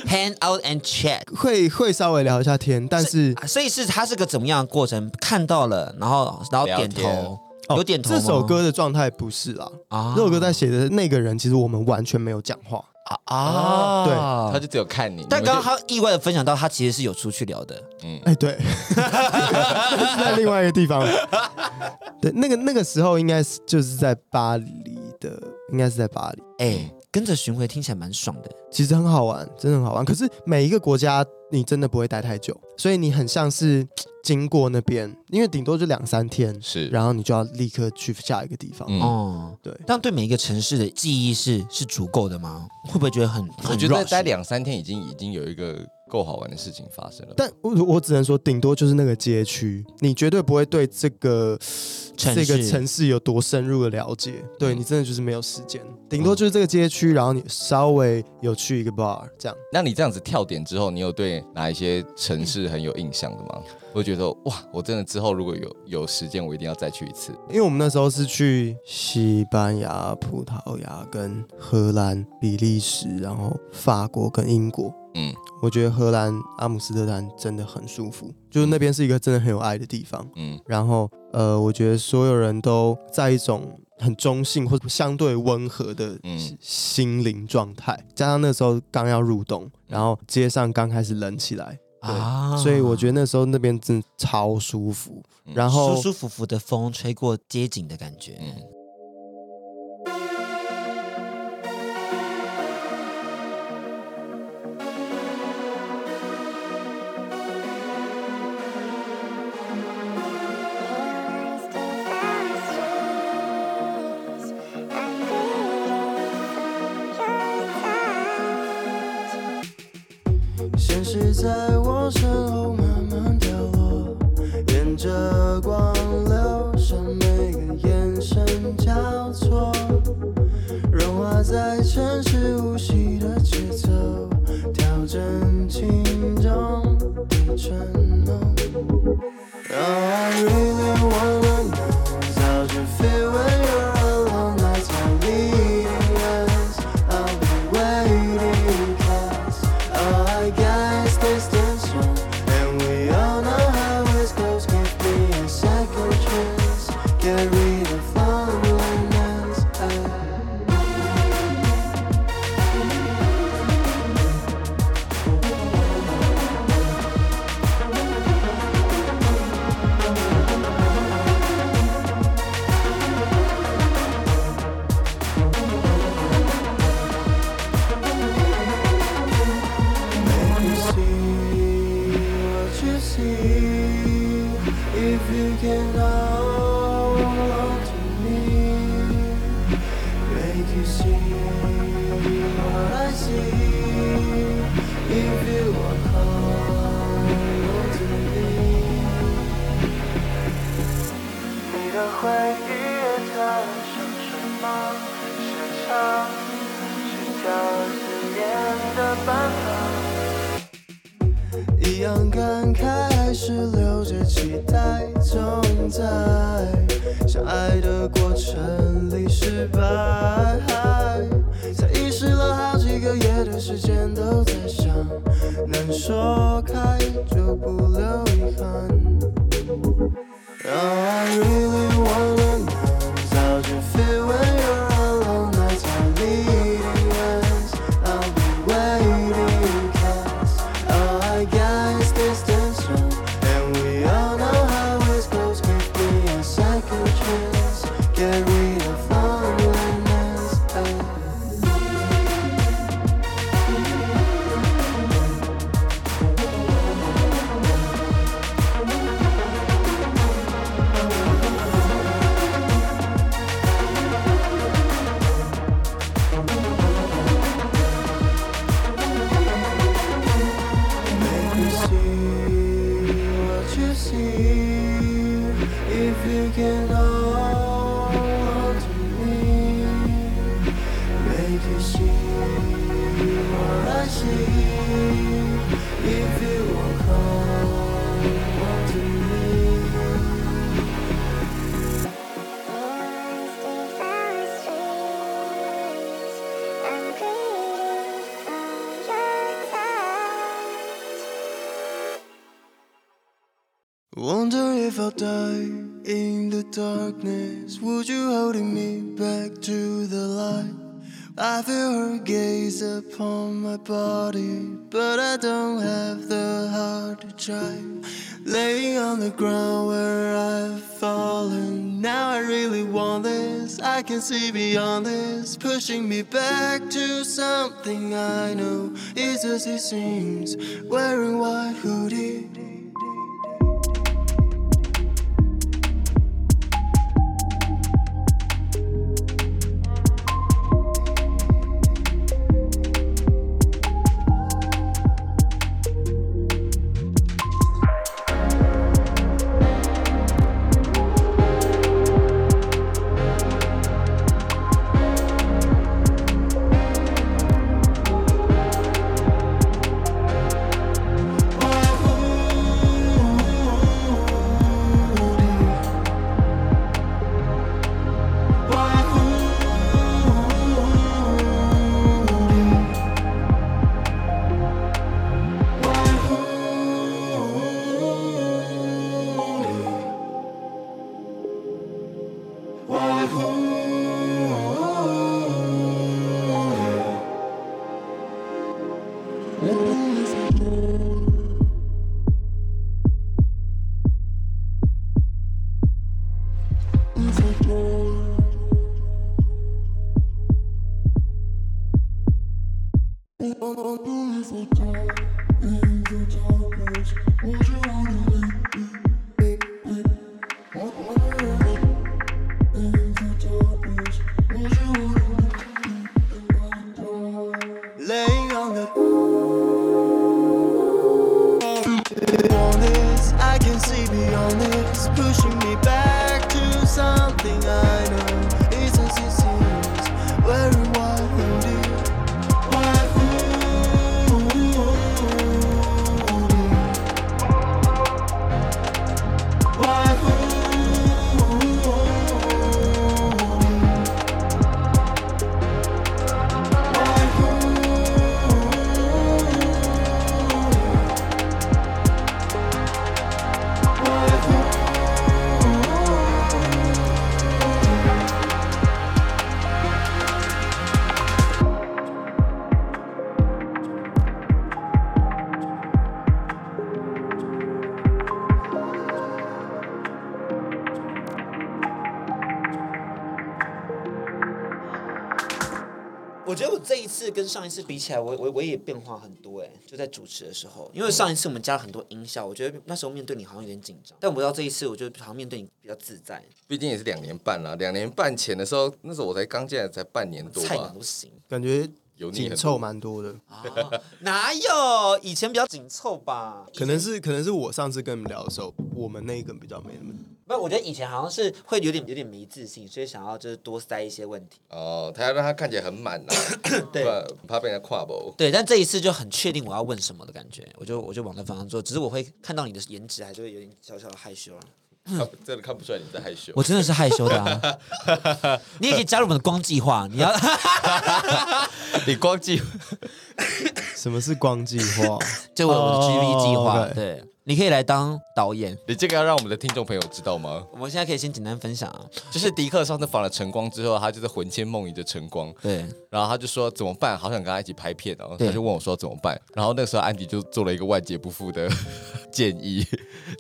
Speaker 2: hand out and check。
Speaker 4: 会会稍微聊一下天，但是
Speaker 2: 啊所以是他是个怎么样的过程？看到了，然后然后
Speaker 3: 聊
Speaker 2: 点
Speaker 3: 天
Speaker 2: 头，有点头吗。
Speaker 4: 哦这首歌的状态不是啦。
Speaker 2: 啊
Speaker 4: 这首歌在写的那个人，其实我们完全没有讲话。
Speaker 2: 啊，
Speaker 4: 对
Speaker 3: 他就只有看你，
Speaker 2: 但
Speaker 3: 你们
Speaker 2: 刚
Speaker 3: 就
Speaker 2: 刚他意外的分享到，他其实是有出去聊的。
Speaker 3: [LAUGHS]
Speaker 4: 哎、对，是在另外一个地方。对，那个那个时候应该是就是在巴黎的，应该是在巴黎。
Speaker 2: 哎，跟着巡回听起来蛮爽的。
Speaker 4: 其实很好玩，真的很好玩。可是每一个国家你真的不会待太久，所以你很像是经过那边，因为顶多就两三天，
Speaker 3: 是
Speaker 4: 然后你就要立刻去下一个地方。
Speaker 3: 嗯
Speaker 2: 哦，
Speaker 4: 对
Speaker 2: 但对每一个城市的记忆是是足够的吗？会不会觉得很
Speaker 3: 我
Speaker 2: 很
Speaker 3: 觉得
Speaker 2: rush？
Speaker 3: 待两三天已经已经有一个够好玩的事情发生了。
Speaker 4: 但我我只能说，顶多就是那个街区，你绝对不会对这个
Speaker 2: 城
Speaker 4: 这
Speaker 2: 市嗯
Speaker 4: 个城市有多深入的了解。对你真的就是没有时间，顶多就是这个街区，然后你稍微有去一个 bar 这样。
Speaker 3: 那你这样子跳点之后，你有对哪一些城市很有印象的吗？我觉得哇，我真的之后如果有有时间，我一定要再去一次。
Speaker 4: 因为我们那时候是去西班牙、葡萄牙、跟荷兰、比利时，然后法国跟英国。
Speaker 3: 嗯，
Speaker 4: 我觉得荷兰阿姆斯特丹真的很舒服，就是那边是一个真的很有爱的地方。
Speaker 3: 嗯
Speaker 4: 然后，呃，我觉得所有人都在一种很中性或者相对温和的
Speaker 3: 嗯
Speaker 4: 心心灵状态，加上那时候刚要入冬，然后街上刚开始冷起来，
Speaker 2: 啊，
Speaker 4: 所以我觉得那时候那边真的超舒服。
Speaker 3: 嗯
Speaker 4: 然后
Speaker 2: 舒舒服服的风吹过街景的感觉。
Speaker 3: 嗯
Speaker 4: 现实在我身后慢慢掉落，沿着光流向每个眼神交错，融化在城市呼吸的节奏，调整轻重的沉默。Oh, I really wanna know how you feel when you're alone. That's my leading us. I'll be waiting, cause oh, I guess this tension. And we all know how it goes. Give me a second chance. Get rid of loneliness. I-
Speaker 5: 你的回忆也它像什么？是长，是条思念的斑马。
Speaker 4: 一样感慨，是留着期待总在相爱的过程里失败，才遗失了好几个夜的时间都在想，能说开就不留遗憾。Oh, I really wanna know how you feel when you're alone. That's my leading us. I'll be waiting, cause oh, I guess this tension, and we all know how it's goes. Give me
Speaker 5: Wonder if I'll die in the darkness. Would you holding me back to the light? I feel her gaze upon my body, but I don't have the heart to try. Laying on the ground where I've fallen. Now I really want this. I can see beyond this, pushing me back to something I know is as it seems. Wearing white hoodie. Laying on the on this, I can see beyond this, pushing me back to something I know. It's as it seems, wearing white hoodie. White hoodie. White hoodie.
Speaker 1: 我觉得我这一次跟上一次比起来，我我我也变化很多哎、就在主持的时候，因为上一次我们加了很多音效，我觉得那时候面对你好像有点紧张，但我不知道这一次，我觉得好像面对你比较自在，
Speaker 3: 毕竟也是两年半了、两年半前的时候，那时候我才刚进来，才半年多
Speaker 1: 菜鸟
Speaker 3: 吧
Speaker 1: 都。行。
Speaker 4: 感觉
Speaker 3: 油腻很
Speaker 4: 紧
Speaker 3: 多
Speaker 4: 凑蛮多的。
Speaker 1: 哪有？以前比较紧凑吧。
Speaker 4: 可能是可能是我上次跟你们聊的时候，我们那个比较没那么。
Speaker 1: 不，我觉得以前好像是会有点有点没自信，所以想要就是多塞一些问题。
Speaker 3: 哦，他要让他看起来很满
Speaker 2: [COUGHS]
Speaker 3: 呐、啊，
Speaker 1: 对
Speaker 3: 不然怕被人家跨步。
Speaker 1: 对，但这一次就很确定我要问什么的感觉，我就我就往那方向做。只是我会看到你的颜值，还是会有点小小的害羞了。啊
Speaker 3: 看 [LAUGHS] 真的看不出来你在害羞。
Speaker 2: 嗯我真的是害羞的啊。
Speaker 1: 你也可以加入我们的光计划，你要
Speaker 3: 你光记，
Speaker 4: 什么是光计划？
Speaker 2: 就我的 GV 计划
Speaker 4: 哦，OK
Speaker 2: 对，你可以来当导演。
Speaker 3: 你这个要让我们的听众朋友知道吗？
Speaker 2: 我们现在可以先简单分享啊，
Speaker 3: 就是迪克上次访了晨光之后，他就是魂牵梦萦的晨光，
Speaker 2: 对，
Speaker 3: 然后他就说怎么办，好想跟他一起拍片哦。
Speaker 2: 对
Speaker 3: 他就问我说怎么办，然后那个时候安迪就做了一个万劫不复的 [LAUGHS] 建议，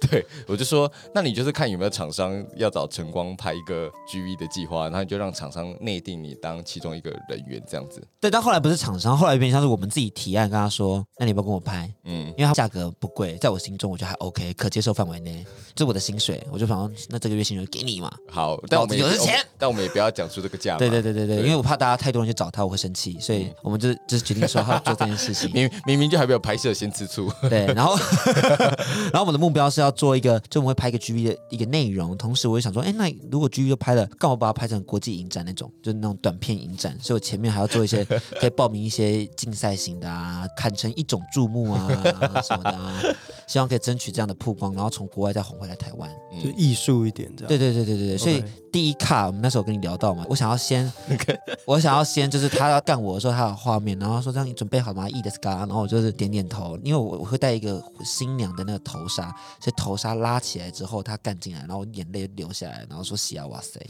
Speaker 3: [LAUGHS] 对我就说，那你就是看有没有厂商要找晨光拍一个 GV 的计划，然后你就让厂商内定你当其中一个人员这样子。
Speaker 2: 对，但后来不是厂商，后来变成像是我们自己提案，跟他说，那你要不要跟我拍？嗯，
Speaker 3: 嗯
Speaker 2: 因为它价格不贵，在我心中我觉得还 OK，可接受范围内，就我的薪水，我就想说，那这个月薪水给你嘛。
Speaker 3: 好，但我们也
Speaker 2: 老子有
Speaker 3: 我们
Speaker 2: 钱
Speaker 3: 但我们也不要讲出这个价嘛。
Speaker 2: 对对对对对，因为我怕大家太多人去找他，我会生气，所以我们就就是决定说他要做这件事情。
Speaker 3: 明明明就还没有拍摄，先吃醋。 [LAUGHS]
Speaker 2: 对，然后然后我们的目标是要做一个，就我们会拍一个 GV 的一个内容，同时我也想说，哎，那如果 GV 都拍了，干嘛把它拍成国际影展那种，就是那种短片影展？所以我前面还要做一些可以报名一些竞赛型的啊，砍成一种注目啊什么的啊，希望可以争取这样的曝光，然后从国外再红回来台湾。
Speaker 4: 就艺术一点这样。
Speaker 2: 对对对对对对，所以
Speaker 4: OK
Speaker 2: 第一卡，我们那时候跟你聊到嘛，我想要先，我想要先就是他要干我的时候，他有画面，然后说让你准备好吗？E 的 scar，然后我就是点点头，因为我我会戴一个新娘的那个头纱，所以头纱拉起来之后，他干进来，然后我眼泪流下来，然后说喜啊哇塞，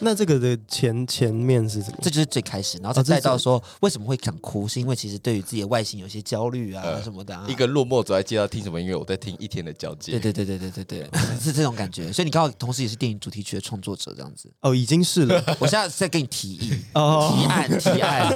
Speaker 4: 那这个的前前面是什么？
Speaker 2: 这就是最开始，然后才
Speaker 4: 哦这是
Speaker 2: 带到说为什么会想哭，是因为其实对于自己的外形有些焦虑啊什么的、啊，
Speaker 3: 一个落寞走在街上听什么音乐，我在听一天的交界。
Speaker 2: 对对对对对对对，是这种感觉，所以你刚好同时也是电影主题曲的创作者这样子，
Speaker 4: 哦，已经是
Speaker 2: [LAUGHS]
Speaker 4: 了。
Speaker 2: 我现在是在给你提议。
Speaker 4: 哦，
Speaker 2: 提案， [LAUGHS] 提案，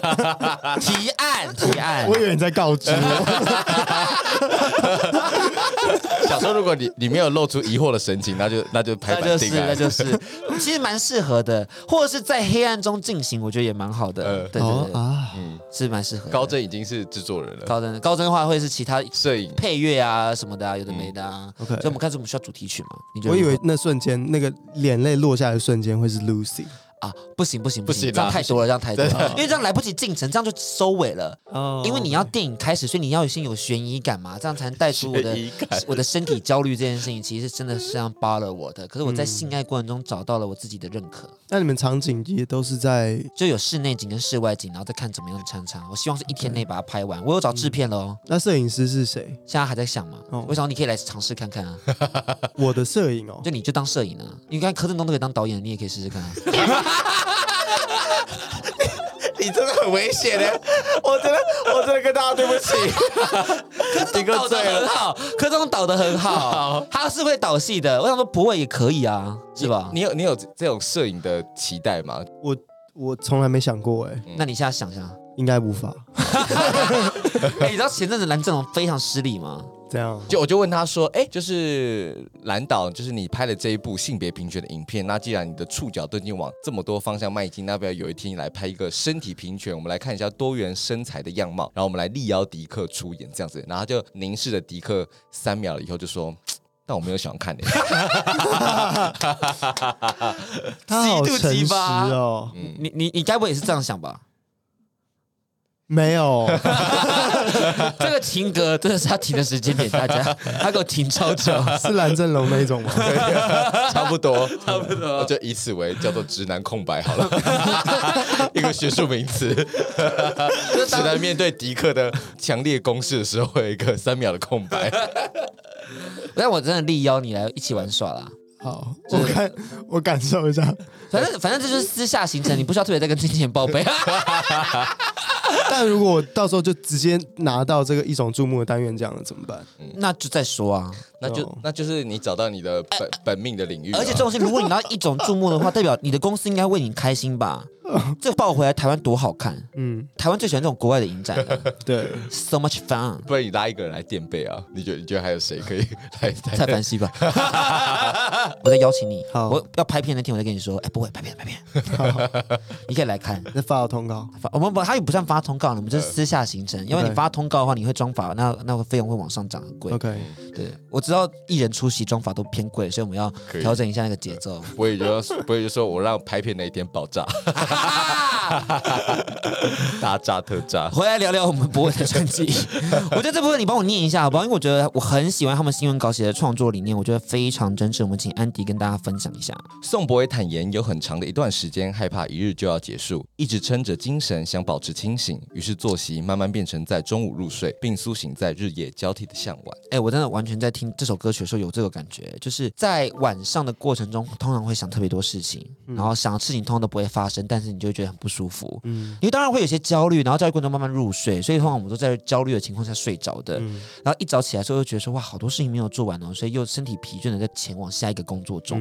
Speaker 2: 提案，提案
Speaker 4: 我。以为你在告
Speaker 2: [LAUGHS]
Speaker 4: 知我。
Speaker 3: 想说如果你你没有露出疑惑的神情，那就那就拍
Speaker 2: 那
Speaker 3: 板
Speaker 2: 就是
Speaker 3: 定案。
Speaker 2: 那就是，其实蛮适合的，或者是在黑暗中进行，我觉得也蛮好的。
Speaker 3: 呃
Speaker 2: 对对
Speaker 4: 哦
Speaker 2: 对，
Speaker 4: 啊，
Speaker 2: 是蛮适合的。
Speaker 3: 高真已经是制作人了，
Speaker 2: 高真高真的话会是其他
Speaker 3: 摄影
Speaker 2: 配乐啊什么的啊，有的没的啊。
Speaker 4: 嗯 OK
Speaker 2: 所以我们开始我们需要主题曲嘛？你觉得
Speaker 4: 我以为那瞬间那个眼泪落下来的瞬间会是 Lucy。
Speaker 2: 啊，不行不行
Speaker 3: 不行啊
Speaker 2: 这样太多了，这样太多
Speaker 3: 真
Speaker 2: 了，因为这样来不及进程，这样就收尾了。
Speaker 4: 哦
Speaker 2: 因为你要电影开始，所以你要先有悬疑感嘛，这样才能带出我的
Speaker 3: 悬疑感
Speaker 2: 我的身体焦虑这件事情，其实真的是这样 bother 我的。可是我
Speaker 4: 嗯
Speaker 2: 在性爱过程中找到了我自己的认可，
Speaker 4: 那你们场景也都是在
Speaker 2: 就有室内景跟室外景，然后再看怎么样的穿插。我希望是一天内把它拍完。我有找制片了哦，
Speaker 4: 那摄影师是谁？
Speaker 2: 现在还在想嘛。
Speaker 4: 嗯哦
Speaker 2: 我想你可以来尝试看看啊，
Speaker 4: 我的摄影哦
Speaker 2: 就。你就当摄影啊，你看柯震东都可以当导演，你也可以试试看啊。
Speaker 3: [LAUGHS] 你真的很危险 [LAUGHS] 的，我真的我真的跟大家对 [LAUGHS] 不起，顶
Speaker 2: 导的
Speaker 3: 个罪
Speaker 2: 很 [LAUGHS]
Speaker 3: 了。
Speaker 2: 好，柯震东导的很好，他是会导戏的。我想说博伟也可以啊，是吧？
Speaker 3: 你有你有这种摄影的期待吗？
Speaker 4: 我我从来没想过哎，
Speaker 2: 那你现在想 [LAUGHS] 想，
Speaker 4: 应该无法
Speaker 2: 哎，你知道前阵子蓝正龙非常失礼吗？
Speaker 4: 这样。
Speaker 3: 就我就问他说，哎、就是蓝导，就是你拍的这一部性别平权的影片，那既然你的触角都已经往这么多方向迈进，那要不要有一天你来拍一个身体平权？我们来看一下多元身材的样貌，然后我们来力邀迪克出演这样子，然后他就凝视着迪克三秒了以后就说。嘖但我没有想看的、
Speaker 4: 他好
Speaker 2: 极度
Speaker 4: 诚
Speaker 2: 极
Speaker 4: 实
Speaker 2: 吧
Speaker 4: 哦，
Speaker 2: 你你你该不会也是这样想吧？
Speaker 4: 没有，
Speaker 2: [LAUGHS] 这个停格真的是他停的时间点， [LAUGHS] 大家他给我停超久。
Speaker 4: 是蓝正龙那一种吗？
Speaker 3: 差不多，差不多，就以此为叫做直男空白 [LAUGHS] 好了，一个学术名词。直男面对迪克的强烈攻势的时候，会有一个三秒的空白。
Speaker 2: [LAUGHS] 但我真的力邀你来一起玩耍啦。
Speaker 4: 好，我看我感受一下，
Speaker 2: 反正反正这就是私下行程，你不需要特别再跟金钱报 [LAUGHS] 备。
Speaker 4: 但如果我到时候就直接拿到这个一种注目的单元奖了，怎么办？
Speaker 2: 那就再说啊。
Speaker 3: 那
Speaker 4: 哦
Speaker 3: 就那就是你找到你的本本命的领域了，
Speaker 2: 呃而
Speaker 3: 啊
Speaker 2: 且这种事，如果你拿一种注目的话，代表你的公司应该为你开心
Speaker 4: [LAUGHS]
Speaker 2: 吧？这抱回来台湾多好看！
Speaker 4: 嗯，
Speaker 2: 台湾最喜欢这种国外的影展了
Speaker 4: [LAUGHS] 对，
Speaker 2: ，so much
Speaker 4: [LAUGHS]
Speaker 2: fun。
Speaker 3: 不然你拉一个人来垫背啊？你觉得你觉得还有谁可以来
Speaker 2: 蔡
Speaker 3: 来？ [LAUGHS]
Speaker 2: 凡熙吧，我再邀请你。
Speaker 4: 好
Speaker 2: 我要拍片那天，我再跟你说。哎，不会拍片，拍片，你可以来看。
Speaker 4: 那发了通告，
Speaker 2: 发我们不，他也不算发通告了，我们这是私下行程。因为你
Speaker 4: OK
Speaker 2: 发通告的话，你会装法，那那个费用会往上涨，很贵。
Speaker 4: OK，
Speaker 2: 对，我知道艺人出席装法都偏贵，所以我们要
Speaker 3: 可以
Speaker 2: 调整一下那个节
Speaker 4: [LAUGHS]
Speaker 2: 奏。
Speaker 3: 我也就说，我也就说我让拍片那一天爆炸， [LAUGHS] 大炸特炸。
Speaker 2: 回来聊聊我们博文的专辑，我觉得这部分你帮我念一下好不好？因为我觉得我很喜欢他们新闻稿写的创作理念，我觉得非常真挚。我们请安迪跟大家分享一下。
Speaker 3: 宋博伟坦言，有很长的一段时间害怕一日就要结束，一直撑着精神想保持清醒，于是作息慢慢变成在中午入睡，并苏醒在日夜交替的向晚。
Speaker 2: 哎、我真的完全在听这首歌曲的时候有这个感觉，就是在晚上的过程中，通常会想特别多事情，然后想的事情通常都不会发生，但是你就会觉得很不舒服。嗯，因为当然会有些焦虑，然后焦虑过程中慢慢入睡，所以通常我们都在焦虑的情况下睡着的。然后一早起来之后，又觉得说哇，好多事情没有做完哦，所以又身体疲倦的在前往下一个工作中。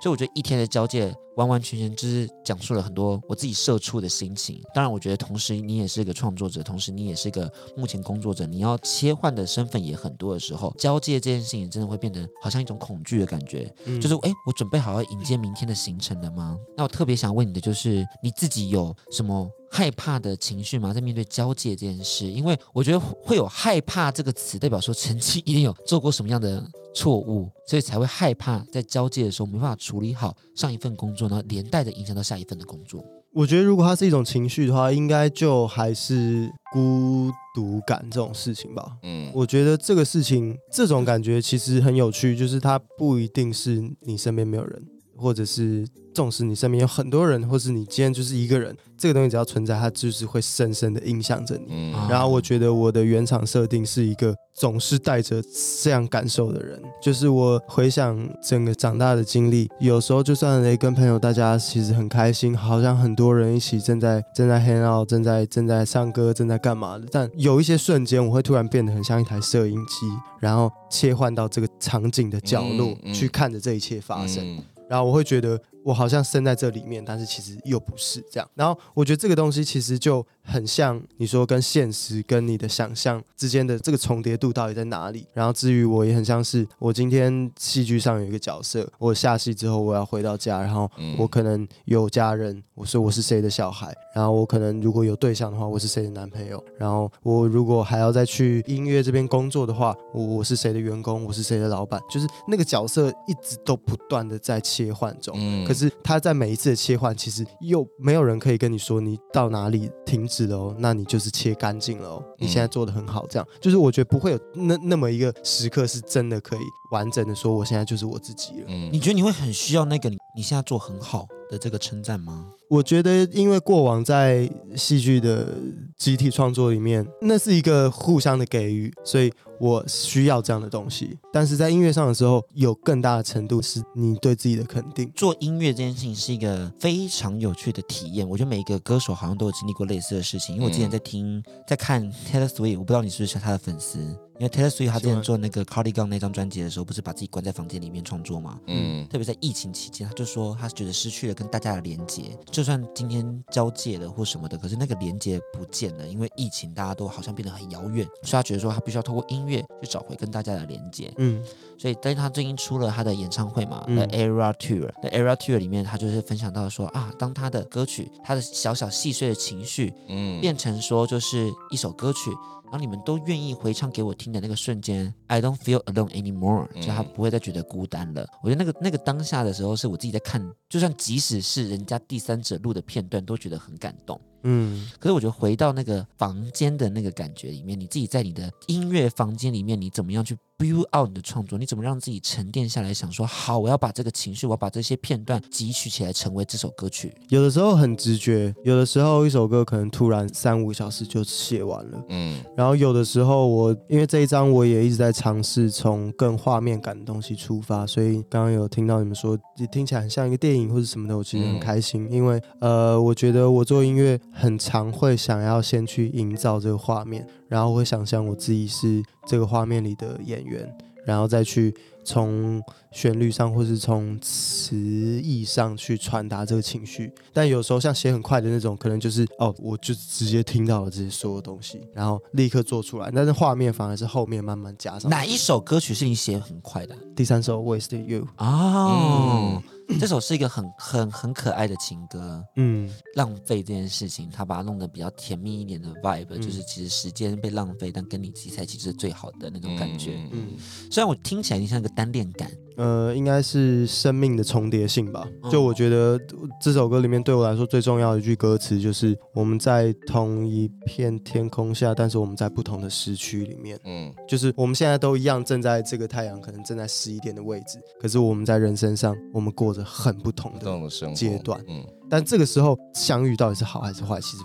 Speaker 2: 所以我觉得一天的交界，完完全全就是讲述了很多我自己社畜的心情。当然，我觉得同时你也是一个创作者，同时你也是一个目前工作者，你要切换的身份也很多的时候，交界这件事情真的会变得好像一种恐惧的感觉，就是诶，我准备好要迎接明天的行程了吗？那我特别想问你的就是，你自己有什么？害怕的情绪吗？在面对交界这件事，因为我觉得会有害怕这个词，代表说曾经一定有做过什么样的错误，所以才会害怕在交界的时候没办法处理好上一份工作，然后连带着影响到下一份的工作。
Speaker 4: 我觉得如果它是一种情绪的话，应该就还是孤独感这种事情吧。
Speaker 3: 嗯，
Speaker 4: 我觉得这个事情，这种感觉其实很有趣，就是它不一定是你身边没有人，或者是纵使你身边有很多人，或是你今天就是一个人，这个东西只要存在，它就是会深深的影响着你。
Speaker 3: 嗯
Speaker 6: 啊
Speaker 4: 然后我觉得我的原厂设定是一个总是带着这样感受的人，就是我回想整个长大的经历，有时候就算诶跟朋友大家其实很开心，好像很多人一起正在正在 hang out，正在正在唱歌，正在干嘛的，但有一些瞬间我会突然变得很像一台摄影机，然后切换到这个场景的角落、
Speaker 3: 嗯嗯
Speaker 4: 去看着这一切发生。
Speaker 3: 嗯
Speaker 4: 然后我会觉得我好像身在这里面，但是其实又不是这样。然后我觉得这个东西其实就很像你说跟现实跟你的想象之间的这个重叠度到底在哪里。然后至于我也很像是我今天戏剧上有一个角色，我下戏之后我要回到家，然后
Speaker 3: 嗯
Speaker 4: 我可能有家人，我说我是谁的小孩，然后我可能如果有对象的话，我是谁的男朋友，然后我如果还要再去音乐这边工作的话，我我是谁的员工，我是谁的老板，就是那个角色一直都不断的在切换中。
Speaker 3: 嗯
Speaker 4: 可是他在每一次的切换，其实又没有人可以跟你说你到哪里停止了哦，那你就是切干净了哦，
Speaker 3: 嗯
Speaker 4: 你现在做的很好，这样、就是我觉得不会有那那么一个时刻是真的可以完整的说我现在就是我自己了。
Speaker 3: 嗯
Speaker 2: 你觉得你会很需要那个你你现在做很好的这个称赞吗？
Speaker 4: 我觉得，因为过往在戏剧的集体创作里面，那是一个互相的给予，所以我需要这样的东西。但是在音乐上的时候，有更大的程度是你对自己的肯定。
Speaker 2: 做音乐这件事情是一个非常有趣的体验，我觉得每一个歌手好像都有经历过类似的事情。因为我之前
Speaker 3: 嗯
Speaker 2: 在听、在看 Taylor Swift，我不知道你是不是他的粉丝，因为 Taylor Swift 他之前做那个 Cardigan 那张专辑的时候，不是把自己关在房间里面创作吗？
Speaker 3: 嗯
Speaker 2: 特别在疫情期间，他就说他觉得失去了跟大家的连接，就算今天交界了或什么的，可是那个连接不见了，因为疫情大家都好像变得很遥远，所以他觉得说他必须要透过音乐去找回跟大家的连接。
Speaker 4: 嗯
Speaker 2: 所以，但是他最近出了他的演唱会嘛，
Speaker 4: 嗯
Speaker 2: 那 Era Tour，那 Era Tour 里面他就是分享到说啊，当他的歌曲，他的小小细碎的情绪
Speaker 3: 嗯
Speaker 2: 变成说就是一首歌曲，然后你们都愿意回唱给我听的那个瞬间，I don't feel alone anymore，
Speaker 3: 嗯
Speaker 2: 就他不会再觉得孤单了。我觉得那个那个当下的时候，是我自己在看，就算即使是人家第三者录的片段，都觉得很感动。
Speaker 4: 嗯
Speaker 2: 可是我觉得回到那个房间的那个感觉里面，你自己在你的音乐房间里面，你怎么样去 build out 你的创作？你怎么让自己沉淀下来，想说好，我要把这个情绪，我要把这些片段汲取起来，成为这首歌曲。
Speaker 4: 有的时候很直觉，有的时候一首歌可能突然三五小时就写完了。
Speaker 3: 嗯
Speaker 4: 然后有的时候我因为这一张我也一直在尝试从更画面感的东西出发，所以刚刚有听到你们说也听起来很像一个电影或者什么的，我其实很开心，因为呃，我觉得我做音乐很常会想要先去营造这个画面，然后会想象我自己是这个画面里的演员，然后再去从旋律上或是从词义上去传达这个情绪。但有时候像写很快的那种，可能就是哦，我就直接听到了这些所有东西，然后立刻做出来。但是画面反而是后面慢慢加上。
Speaker 2: 哪一首歌曲是你写得很快的
Speaker 4: 第三首《Wasted You》，
Speaker 2: 哦？这首是一个很很很可爱的情歌。
Speaker 4: 嗯，
Speaker 2: 浪费这件事情，他把它弄得比较甜蜜一点的 vibe，、就是其实时间被浪费，但跟你集在一起就是最好的那种感觉。
Speaker 3: 嗯
Speaker 2: 虽然我听起来你像个单恋感，
Speaker 4: 呃，应该是生命的重叠性吧。就我觉得这首歌里面对我来说最重要的一句歌词就是“我们在同一片天空下，但是我们在不同的时区里面”。
Speaker 3: 嗯
Speaker 4: 就是我们现在都一样，正在这个太阳可能正在十一点的位置，可是我们在人生上，我们过着很不同
Speaker 3: 这
Speaker 4: 的。
Speaker 3: 种生活
Speaker 4: 阶段
Speaker 3: 嗯
Speaker 4: 但这个时候相遇到底是好还是坏，其实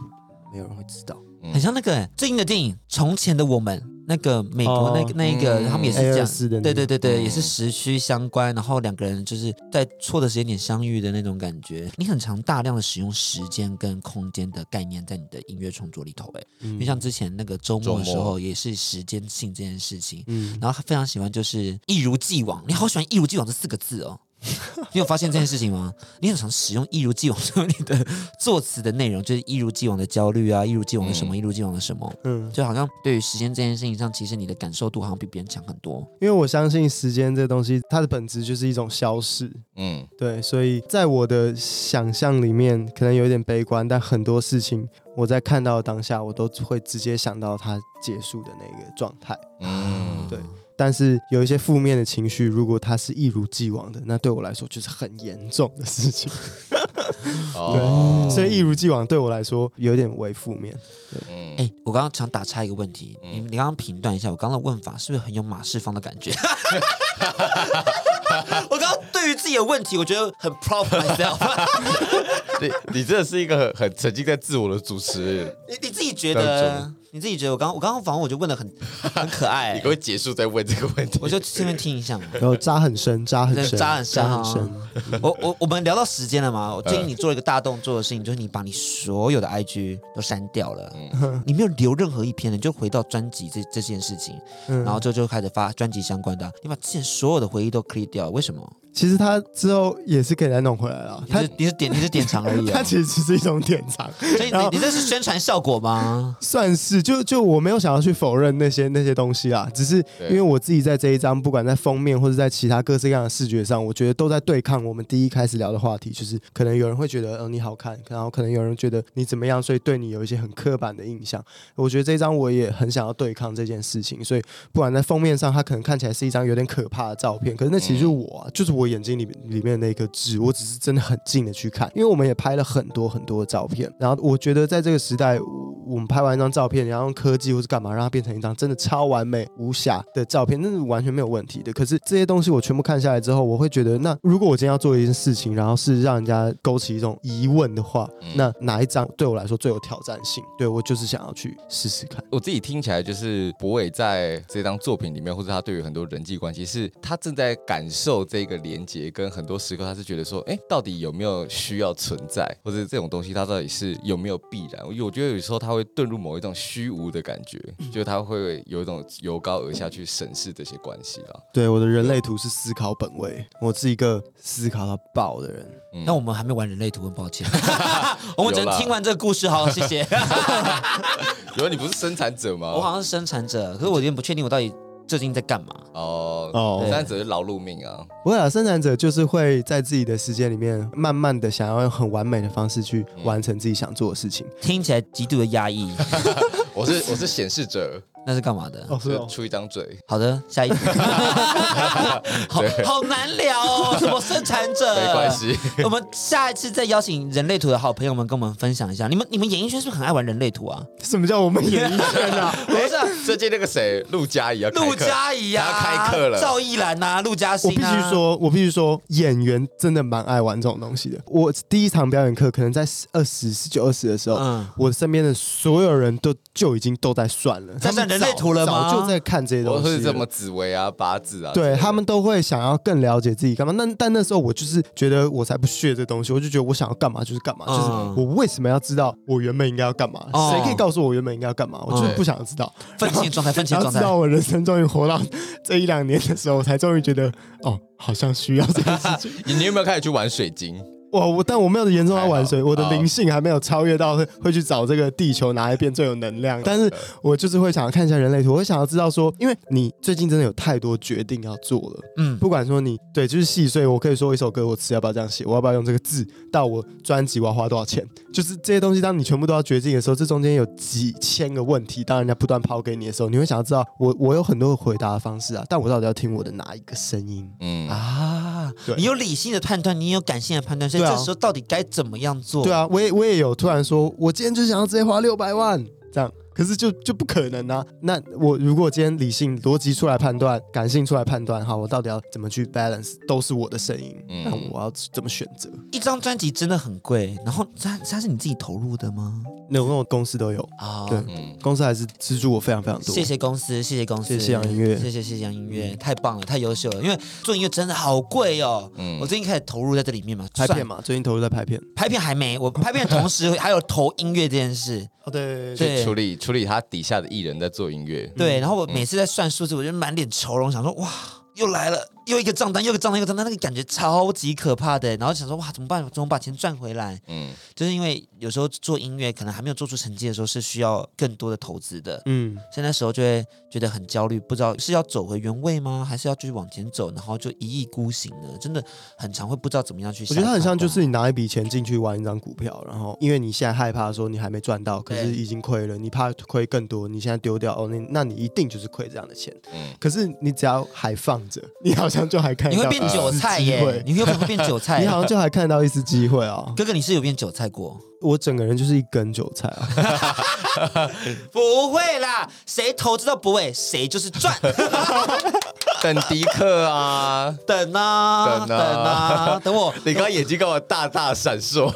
Speaker 4: 没有人会知道。
Speaker 3: 嗯
Speaker 2: 很像那个欸最近的电影《从前的我们》，那个美国那个、
Speaker 4: 哦
Speaker 2: 那一个，
Speaker 3: 嗯
Speaker 2: 他们也是
Speaker 4: A
Speaker 2: 这
Speaker 4: 二
Speaker 2: 样。
Speaker 4: 四的那
Speaker 2: 对
Speaker 4: 个，
Speaker 2: 对对对，
Speaker 3: 嗯
Speaker 2: 也是时区相关，然后两个人就是在错的时间点相遇的那种感觉。你很常大量的使用时间跟空间的概念在你的音乐创作里头，哎，因为
Speaker 4: 嗯
Speaker 2: 像之前那个周末的时
Speaker 3: 周
Speaker 2: 候，也是时间性这件事情，
Speaker 4: 嗯，
Speaker 2: 然后他非常喜欢就是一如既往，你好喜欢一如既往这四个字哦。你有发现这件事情吗？你很常使用“一如既往”作为你的作词的内容，就是一如既往的焦虑啊，一如既往的什么，一如既往的什么，
Speaker 4: 嗯，
Speaker 2: 就好像对于时间这件事情上，其实你的感受度好像比别人强很多。
Speaker 4: 因为我相信时间这东西，它的本质就是一种消逝。
Speaker 3: 嗯
Speaker 4: 对，所以在我的想象里面，可能有点悲观，但很多事情我在看到的当下，我都会直接想到它结束的那个状态。
Speaker 3: 嗯
Speaker 4: 对但是有一些负面的情绪，如果它是一如既往的，那对我来说就是很严重的事情。
Speaker 2: 哦
Speaker 4: 对，所以一如既往对我来说有点为负面。
Speaker 2: 哎、我刚刚想打岔一个问题，你你刚刚评断一下，我刚刚的问法是不是很有马世芳的感觉？ [LAUGHS] 我刚刚对于自己的问题，我觉得很 proud of myself。 [LAUGHS]
Speaker 3: 对你真的是一个很很沉浸在自我的主持人，
Speaker 2: 你你自己觉
Speaker 3: 当
Speaker 2: 得
Speaker 3: 真？
Speaker 2: 你自己觉得我刚我刚刚访问我就问的很很可爱、
Speaker 4: [LAUGHS]
Speaker 3: 你给我结束再问这个问题。
Speaker 2: 我就顺便听一下嘛。
Speaker 4: 然后扎很深，扎很
Speaker 2: 对
Speaker 4: 深，
Speaker 2: 扎很深
Speaker 4: 扎
Speaker 2: 啊
Speaker 4: 很深。嗯
Speaker 2: 我我我们聊到时间了嘛？我最近你做了一个大动作的事情，就是你把你所有的 IG 都删掉了，
Speaker 4: 嗯
Speaker 2: 你没有留任何一篇的，你就回到专辑这这件事情，
Speaker 4: 嗯
Speaker 2: 然后就就开始发专辑相关的啊、你把之前所有的回忆都 clear 掉了，为什么？
Speaker 4: 其实他之后也是可以再弄回来了。
Speaker 2: 你
Speaker 4: 他 [LAUGHS]
Speaker 2: 是你是典你是典藏而已
Speaker 4: 他
Speaker 2: 啊、
Speaker 4: 其实只是一种典藏，
Speaker 2: 所以你
Speaker 4: 然后
Speaker 2: 你这是宣传效果
Speaker 4: [LAUGHS]
Speaker 2: 吗？
Speaker 4: 算是就就我没有想要去否认那些那些东西啦，只是
Speaker 3: 对
Speaker 4: 因为我自己在这一张，不管在封面或者在其他各式各样的视觉上，我觉得都在对抗我们第一开始聊的话题，就是可能有人会觉得，嗯、你好看，然后可能有人觉得呃你怎么样，所以对你有一些很刻板的印象。我觉得这一张我也很想要对抗这件事情，所以不管在封面上，它可能看起来是一张有点可怕的照片，可是那其实就是我、啊，就是我眼睛里里面的那颗痣，我只是真的很近的去看，因为我们也拍了很多很多的照片，然后我觉得在这个时代，我我们拍完一张照片，然后用科技或是干嘛，让它变成一张真的超完美无瑕的照片，那是完全没有问题的。可是这些东西我全部看下来之后，我会觉得，那如果我今天要做一件事情，然后是让人家勾起一种疑问的话，那哪一张对我来说最有挑战性？对我就是想要去试试看。
Speaker 3: 我自己听起来就是博伟在这张作品里面，或者他对于很多人际关系，是他正在感受这个连接，跟很多时刻他是觉得说，哎，到底有没有需要存在，或者这种东西它到底是有没有必然？因为我觉得有时候他会遁入某一种虚无的感觉，
Speaker 2: 嗯
Speaker 3: 就是他会有一种由高而下去审视这些关系啦。
Speaker 4: 对，我的人类图是思考本位，我是一个思考到爆的人。
Speaker 2: 那、我们还没玩人类图，很抱
Speaker 4: [LAUGHS]
Speaker 2: 歉，我们只
Speaker 3: 有
Speaker 2: 能
Speaker 3: 啦
Speaker 2: 听完这个故事，好，谢谢。
Speaker 3: 有你不是生产者吗？
Speaker 2: 我好像是生产者，可是我有点不确定我到底最近在干嘛。
Speaker 3: 哦
Speaker 4: 哦
Speaker 3: 哦，生产者是劳碌命啊，
Speaker 4: 不会啊，生产者就是会在自己的时间里面，慢慢的想要用很完美的方式去
Speaker 2: 嗯
Speaker 4: 完成自己想做的事情。
Speaker 2: 听起来极度的压抑，
Speaker 3: [LAUGHS] 我是我是显示者，
Speaker 2: 那是干嘛的？
Speaker 4: 哦
Speaker 3: 就出一张嘴。
Speaker 2: 好的，下一
Speaker 3: [LAUGHS]
Speaker 2: 题。好好难聊哦，什么生产者？
Speaker 3: 没关系。
Speaker 2: 我们下一次再邀请人类图的好朋友们跟我们分享一下，你们你们演艺圈是不是很爱玩人类图啊？
Speaker 4: [LAUGHS] 什么叫我们演艺圈啊？
Speaker 2: 不是啊，
Speaker 3: 最近那个谁，陆嘉怡要开课
Speaker 2: 陆嘉怡啊，
Speaker 3: 他要开课了
Speaker 2: 赵奕兰呐，陆嘉欣
Speaker 4: 我
Speaker 2: 啊，
Speaker 4: 必须说，我必须说，演员真的蛮爱玩这种东西的。我第一场表演课可能在二十、十九、二十的时候，
Speaker 2: 嗯
Speaker 4: 我身边的所有人都就已经都在算了，
Speaker 2: 在算
Speaker 4: 他
Speaker 2: 人
Speaker 4: 们
Speaker 2: 类
Speaker 4: 早
Speaker 2: 图了吗
Speaker 4: 早就在看这些东
Speaker 3: 我
Speaker 4: 西了。
Speaker 3: 是这么紫薇啊、八字啊，
Speaker 4: 对他们都会想要更了解自己干嘛。那但那时候我就是觉得我才不屑这东西，我就觉得我想要干嘛就是干嘛，
Speaker 2: 嗯
Speaker 4: 就是我为什么要知道我原本应该要干嘛？
Speaker 2: 哦
Speaker 4: 谁可以告诉我原本应该要干嘛？我就是不想知道。
Speaker 2: 愤青状态，愤青
Speaker 4: 然后
Speaker 2: 状
Speaker 4: 直
Speaker 2: 态。
Speaker 4: 到我人生终于活到这一两年的时候，我才终于觉得哦，好像需要这件事情。
Speaker 3: 你你有没有开始去玩水晶？
Speaker 4: 我我但我没有严重到玩水，
Speaker 3: 还好嗯
Speaker 4: 我的灵性还没有超越到会会去找这个地球哪一边最有能
Speaker 3: 嗯
Speaker 4: 量。但是我就是会想要看一下人类图，我会想要知道说，因为你最近真的有太多决定要做了，
Speaker 2: 嗯
Speaker 4: 嗯，不管说你对就是细碎，我可以说一首歌我词要不要这样写，我要不要用这个字，到我专辑我要花多少钱，就是这些东西，当你全部都要决定的时候，这中间有几千个问题，当人家不断抛给你的时候，你会想要知道我我有很多的回答的方式啊，但我到底要听我的哪一个声音？
Speaker 3: 嗯，
Speaker 2: 啊，
Speaker 4: 对
Speaker 2: 你有理性的判断，你也有感性的判断，所以
Speaker 4: 对
Speaker 2: 这
Speaker 4: 啊
Speaker 2: 时候到底该怎么样做？
Speaker 4: 对，啊，我也我也有突然说，我今天就想要直接花六百万这样，可是就就不可能啊。那我如果今天理性逻辑出来判断，感性出来判断，好，我到底要怎么去 balance，都是我的声音，
Speaker 3: 嗯
Speaker 4: 那我要怎么选择？
Speaker 2: 一张专辑真的很贵，然后它它是你自己投入的吗？
Speaker 4: 那我跟我公司都有，
Speaker 2: 啊、
Speaker 4: 对，
Speaker 3: 嗯
Speaker 4: 公司还是资助我非常非常多。
Speaker 2: 谢谢公司，谢谢公司，
Speaker 4: 谢谢杨音乐
Speaker 2: 谢谢谢谢杨嗯音乐，太棒了，太优秀了。因为做音乐真的好贵哦，我最近开始投入在这里面嘛，
Speaker 4: 拍片
Speaker 2: 算，
Speaker 4: 嘛，最近投入在拍片。
Speaker 2: 拍片还没，我拍片的同时还有投音乐这件事，
Speaker 4: 哦，对
Speaker 2: 对
Speaker 3: 处理处理他底下的艺人在做音乐，
Speaker 2: 对。然后我每次在算数字，我就满脸愁容，想说哇。又来了，又一个账单，又一个账单，又一个账单，那个感觉超级可怕的。然后想说，哇，怎么办？怎么把钱赚回来？
Speaker 3: 嗯，
Speaker 2: 就是因为有时候做音乐可能还没有做出成绩的时候，是需要更多的投资的。
Speaker 4: 嗯，
Speaker 2: 所以那时候就会觉得很焦虑，不知道是要走回原位吗，还是要继续往前走，然后就一意孤行呢？真的很常会不知道怎么样去。
Speaker 4: 我觉得它很像就是你拿一笔钱进去玩一张股票，然后因为你现在害怕说你还没赚到，可是
Speaker 2: 对
Speaker 4: 已经亏了，你怕亏更多，你现在丢掉哦，那那你一定就是亏这样的钱。
Speaker 3: 嗯
Speaker 4: 可是你只要还放着，你好像就还看
Speaker 2: 你
Speaker 4: 到
Speaker 2: 会变
Speaker 4: 一丝
Speaker 2: 韭菜
Speaker 4: 机
Speaker 2: 耶
Speaker 4: 会，
Speaker 2: 你有可能会变韭菜
Speaker 4: [LAUGHS] 你。好像就还看到一丝机会哦。
Speaker 2: 哥哥，你是有变韭菜过？
Speaker 4: 我整个人就是一根韭菜啊！
Speaker 2: [LAUGHS] 不会啦，谁投资都不会，谁就是赚。 [LAUGHS]
Speaker 3: 等迪克啊，
Speaker 2: 等啊，
Speaker 3: 等啊
Speaker 2: 等啊，等我。
Speaker 3: 你刚刚眼睛干嘛大大闪烁？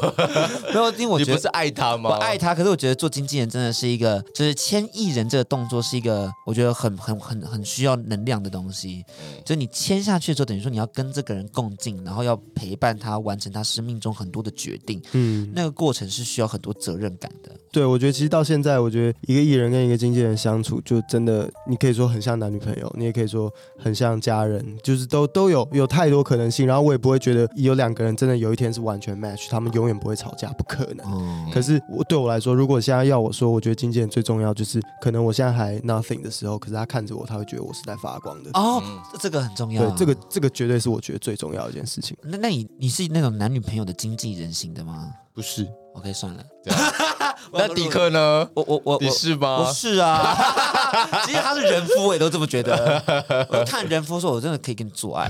Speaker 2: 没有，因为 [LAUGHS] 我
Speaker 3: 你
Speaker 2: 觉
Speaker 3: 不
Speaker 2: 得
Speaker 3: 是爱他吗？
Speaker 2: 我爱他，可是我觉得做经纪人真的是一个，就是签艺人这个动作是一个，我觉得很很很很需要能量的东西。就是你签下去之后，等于说你要跟这个人共进，然后要陪伴他完成他生命中很多的决定，
Speaker 4: 嗯，
Speaker 2: 那个过程是需要很多责任感的。
Speaker 4: 对，我觉得其实到现在，我觉得一个艺人跟一个经纪人相处，就真的你可以说很像男女朋友，你也可以说很像家人，就是都都有有太多可能性。然后我也不会觉得有两个人真的有一天是完全 match，他们永远不会吵架，不可能。
Speaker 2: 嗯，
Speaker 4: 可是我对我来说，如果现在要我说，我觉得经纪人最重要就是，可能我现在还 nothing 的时候，可是他看着我，他会觉得我是在发光的。
Speaker 2: 哦，这个很重要啊。
Speaker 4: 对，这个这个绝对是我觉得最重要的一件事情。
Speaker 2: 那那你你是那种男女朋友的经纪人型的吗
Speaker 4: 不是，
Speaker 2: ？OK，算了。
Speaker 3: 这样
Speaker 2: 啊 [LAUGHS] 我要
Speaker 3: 那迪克呢？
Speaker 2: 我我我
Speaker 3: 你
Speaker 2: 我
Speaker 3: 是
Speaker 2: 我
Speaker 3: 吗？
Speaker 2: 是啊， [LAUGHS] 其实他是人夫，我也都这么觉得。我看人夫说，我真的可以跟你做爱。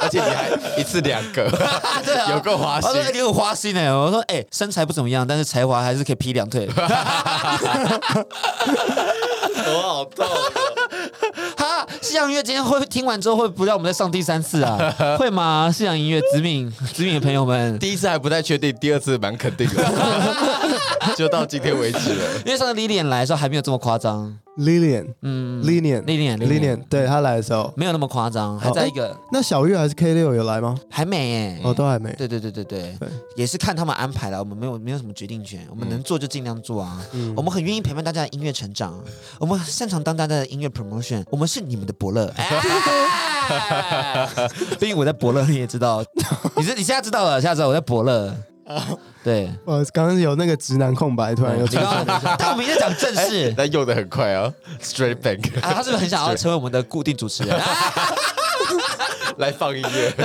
Speaker 3: 而
Speaker 2: [LAUGHS]
Speaker 3: 且你还一次两个， [LAUGHS] [LAUGHS] 有够花
Speaker 2: 他说
Speaker 3: 心
Speaker 2: 哎：“。你很花心哎、我说：“哎、身材不怎么样，但是才华还是可以劈两腿。
Speaker 3: 头好痛、啊
Speaker 2: [LAUGHS] 哈，西洋音乐今天会听完之后会不让我们再上第三次啊？ [LAUGHS] 会吗？西洋音乐，子敏，子敏的朋友们，
Speaker 3: [LAUGHS] 第一次还不太确定，第二次蛮肯定的，
Speaker 2: [LAUGHS]
Speaker 3: 就到今天为止了。
Speaker 2: 因为上次 Lilian 来的时候还没有这么夸张，
Speaker 4: Lilian，
Speaker 2: 嗯
Speaker 4: l i l i a n l i
Speaker 2: ，Lilian
Speaker 4: l i a n 对他来的时候，哦
Speaker 2: 没有那么夸张，还在一
Speaker 3: 哦
Speaker 2: 个、
Speaker 4: 那小月还是 K 六有来吗？
Speaker 2: 还没哎、
Speaker 4: 哦，都还没。
Speaker 2: 对对对对对
Speaker 4: 对，
Speaker 2: 也是看他们安排了，我们没有没有什么决定权，我们能做就尽量做啊。我们很愿意陪伴大家的音乐成长，啊我们擅长当大家的音乐 promotion，我们是你们的伯乐。 [LAUGHS] 哎毕竟我在伯乐，你也知道，你是你现在知道了，现在知道我在伯乐。对，
Speaker 4: 我哦刚刚有那个直男空白，突然又
Speaker 2: 你
Speaker 4: 出现
Speaker 2: 刚刚，但我们一直在讲正事。
Speaker 3: 但用的很快啊，Straight Bank
Speaker 2: 啊，他是不是很想要成为我们的固定主持人？啊
Speaker 3: [LAUGHS] 来放音乐， [LAUGHS]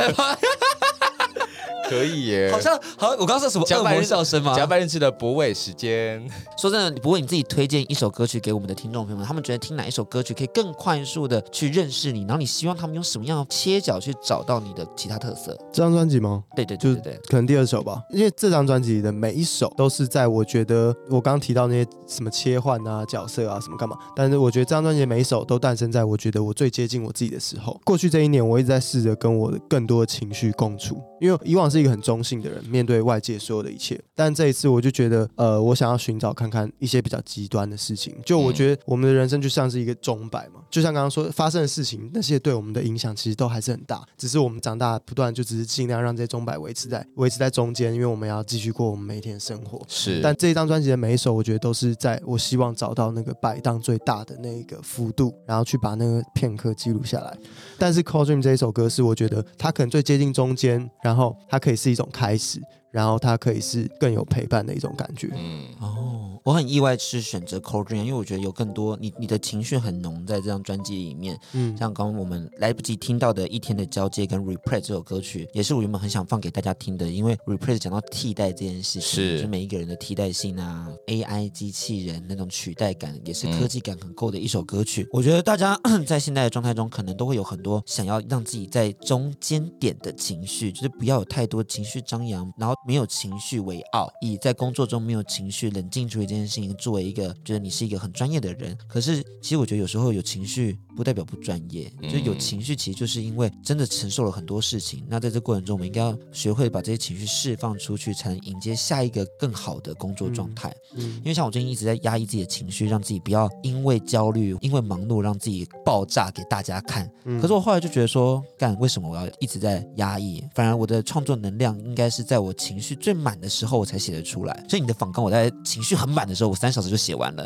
Speaker 3: 可以耶。
Speaker 2: 好像好像我刚刚说什么
Speaker 3: 甲
Speaker 2: 恶
Speaker 3: 板
Speaker 2: 魔笑声吗？
Speaker 3: 甲板日志的博尾时间，
Speaker 2: 说真的，不过你自己推荐一首歌曲给我们的听众朋友们，他们觉得听哪一首歌曲可以更快速的去认识你，然后你希望他们用什么样的切角去找到你的其他特色？
Speaker 4: 这张专辑吗？
Speaker 2: 对对
Speaker 4: 就
Speaker 2: 对
Speaker 4: 是
Speaker 2: 对对，
Speaker 4: 可能第二首吧，因为这张专辑的每一首都是在我觉得我刚刚提到那些什么切换啊、角色啊什么干嘛，但是我觉得这张专辑的每一首都诞生在我觉得我最接近我自己的时候。 [LAUGHS] 过去这一年，我一直在试着跟我的更多的情绪共处，因为以往是一个很中性的人，面对外界所有的一切，但这一次我就觉得，呃，我想要寻找看看一些比较极端的事情。就我觉得我们的人生就像是一个钟摆嘛，就像刚刚说发生的事情，那些对我们的影响其实都还是很大，只是我们长大不断就只是尽量让这些钟摆维持在维持在中间，因为我们要继续过我们每一天的生活。
Speaker 3: 是
Speaker 4: 但这一张专辑的每一首，我觉得都是在我希望找到那个摆荡最大的那一个幅度，然后去把那个片刻记录下来。但是《Cold Dream》这一首歌是我觉得它可能最接近中间，然后它可以是一种开始，然后它可以是更有陪伴的一种感觉。
Speaker 3: 嗯，
Speaker 2: 哦，我很意外是选择 Cold Rain，因为我觉得有更多你你的情绪很浓在这张专辑里面，
Speaker 4: 嗯，
Speaker 2: 像刚刚我们来不及听到的《一天的交接》跟《Repress》这首歌曲，也是我原本很想放给大家听的，因为《Repress》讲到替代这件事情，
Speaker 3: 是
Speaker 2: 就每一个人的替代性啊，AI 机器人那种取代感，也是科技感很够的一首歌曲。我觉得大家在现在的状态中，可能都会有很多想要让自己在中间点的情绪，就是不要有太多情绪张扬，然后没有情绪为傲，以在工作中没有情绪冷静处理这件事情作为一个，觉得你是一个很专业的人。可是其实我觉得有时候有情绪不代表不专业，就有情绪其实就是因为真的承受了很多事情。那在这过程中，我们应该要学会把这些情绪释放出去，才能迎接下一个更好的工作状态。
Speaker 4: 嗯
Speaker 2: 因为像我最近一直在压抑自己的情绪，让自己不要因为焦虑、因为忙碌让自己爆炸给大家看。可是我后来就觉得说，干为什么我要一直在压抑？反而我的创作能量应该是在我情绪最满的时候我才写得出来。所以你的访纲我在情绪很满的时候，我三小时就写完了。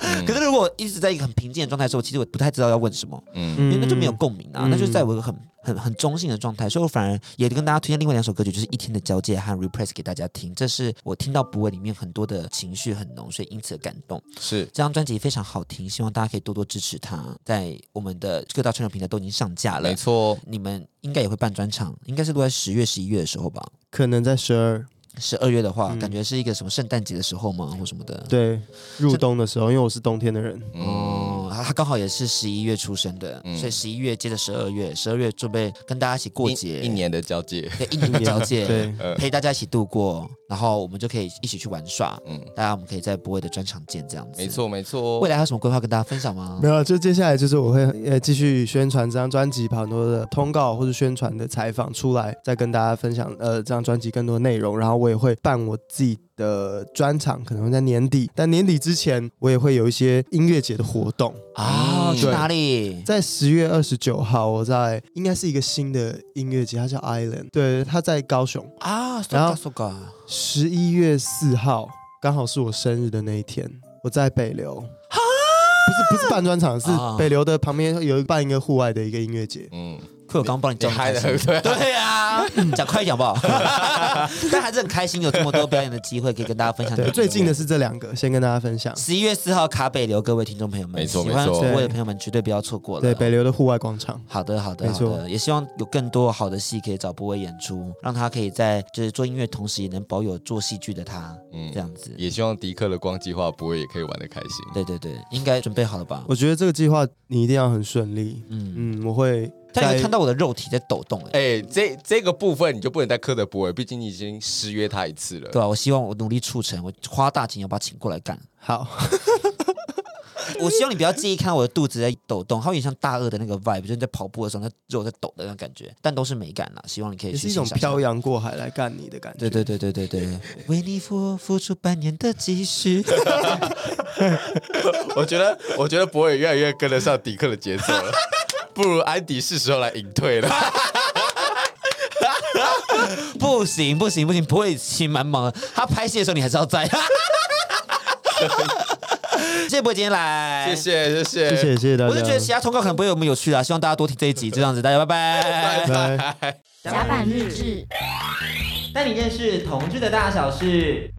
Speaker 3: 嗯
Speaker 2: [LAUGHS] 可是如果一直在一个很平静的状态的时候，其实我不太知道要问什么。
Speaker 3: 嗯
Speaker 2: 因为那就没有共鸣啊，
Speaker 4: 嗯
Speaker 2: 那就是在我一个很很很中性的状态，所以我反而也跟大家推荐另外两首歌曲，就是《一天的交界》和《Repress》给大家听。这是我听到《不文》里面很多的情绪很浓，所以因此而感动。
Speaker 3: 是
Speaker 2: 这张专辑非常好听，希望大家可以多多支持它，在我们的各大串流平台都已经上架了
Speaker 3: 没。错。
Speaker 2: 你们应该也会办专场，应该是录在十月、十一月的时候吧。
Speaker 4: 可能在十二
Speaker 2: 十二月的话，感觉是一个什么圣诞节的时候吗，或什么的？
Speaker 4: 对入冬的时候，因为我是冬天的人，
Speaker 2: 哦，了，他刚好也是十一月出生的，所以十一月接着十二月，十二月准备跟大家一起过节，
Speaker 3: 一年的交界，
Speaker 2: 对一年的交界，
Speaker 4: 嗯对
Speaker 3: 嗯
Speaker 2: 陪大家一起度过，然后我们就可以一起去玩耍，嗯，大家我们可以在博伟的专场见，这样子，
Speaker 3: 没。错没错
Speaker 2: 未。来还有什么规划跟大家分享吗
Speaker 4: 没？有，就接下来就是我会呃继续宣传这张专辑，跑很多的通告或者宣传的采访出来，再跟大家分享呃这张专辑更多的内容。然后我也会办我自己的专场，可能会在年底，但年底之前我也会有一些音乐节的活动。
Speaker 2: 啊，去
Speaker 4: 对
Speaker 2: 哪里？
Speaker 4: 在十月二十九号，我在应该是一个新的音乐节，它叫 Island，对，它在高雄。
Speaker 2: 啊，
Speaker 4: 然后
Speaker 2: so ga
Speaker 4: 十一月四号刚好是我生日的那一天，我在北流。不是不是办专场，是
Speaker 2: 啊
Speaker 4: 北流的旁边有一办一个户外的一个音乐节。
Speaker 3: 嗯，
Speaker 2: 酷，我刚刚帮你
Speaker 3: 你
Speaker 2: 叫
Speaker 3: 嗨的
Speaker 2: 开心
Speaker 3: 对啊，
Speaker 2: 对啊，讲快一点好不
Speaker 3: [LAUGHS]
Speaker 2: 好？但还是很开心有这么多表演的机会可以跟大家分享。
Speaker 4: 对，最近的是这两个，先跟大家分享。
Speaker 2: 十一月四号卡北流，各位听众朋友们，
Speaker 3: 没错
Speaker 2: 喜欢
Speaker 3: 没
Speaker 2: 直
Speaker 3: 错
Speaker 2: 播的朋友们绝对不要错过了。
Speaker 4: 对，北流的户外广场。
Speaker 2: 好的，好的，
Speaker 4: 没
Speaker 2: 好
Speaker 4: 错
Speaker 2: 的，也希望有更多好的戏可以找波威演出，让他可以在就是做音乐同时也能保有做戏剧的他，嗯，这样子。
Speaker 3: 也希望迪克的光计划不会也可以玩的开心。
Speaker 2: 对对对，应该准备好了吧？
Speaker 4: 我觉得这个计划你一定要很顺利。嗯嗯，我会
Speaker 2: 他有
Speaker 4: 在
Speaker 2: 看到我的肉体在抖动、欸，哎、
Speaker 3: 哎、这这个部分你就不能再苛责博尔，毕竟你已经失约他一次了。
Speaker 2: 对吧、我希望我努力促成，我花大钱要把他请过来
Speaker 4: [LAUGHS]
Speaker 2: 干。
Speaker 4: 好，
Speaker 2: 我希望你不要介意看到我的肚子在抖动，它有点像大鳄的那个 vibe，就是在跑步的时候那肉在抖的那种感觉，但都是美感啦。希望你可以
Speaker 4: 也
Speaker 2: 去
Speaker 4: 是一
Speaker 2: 欣
Speaker 4: 种
Speaker 2: 赏
Speaker 4: 漂。洋过海来干你的感觉。
Speaker 2: 对对对对对对，为你付付出半年的积蓄。
Speaker 3: 我觉得，我觉得博尔越来越跟得上迪克的节奏 [LAUGHS] 了，不如安迪是时候来隐退了。
Speaker 2: 不行不行不行，不会心蛮忙的。他拍戏的时候你还是要在。 [LAUGHS] 谢谢波今天来，
Speaker 3: 谢。谢，谢哎谢，
Speaker 4: 谢谢谢谢大家。
Speaker 2: 我就觉得其他通告可能不会有我们有趣啦，希望大家多听这一集，就这样子，大家拜拜。 [LAUGHS]
Speaker 4: 拜。
Speaker 7: 甲板日志。
Speaker 2: 带你认识同志的大小事。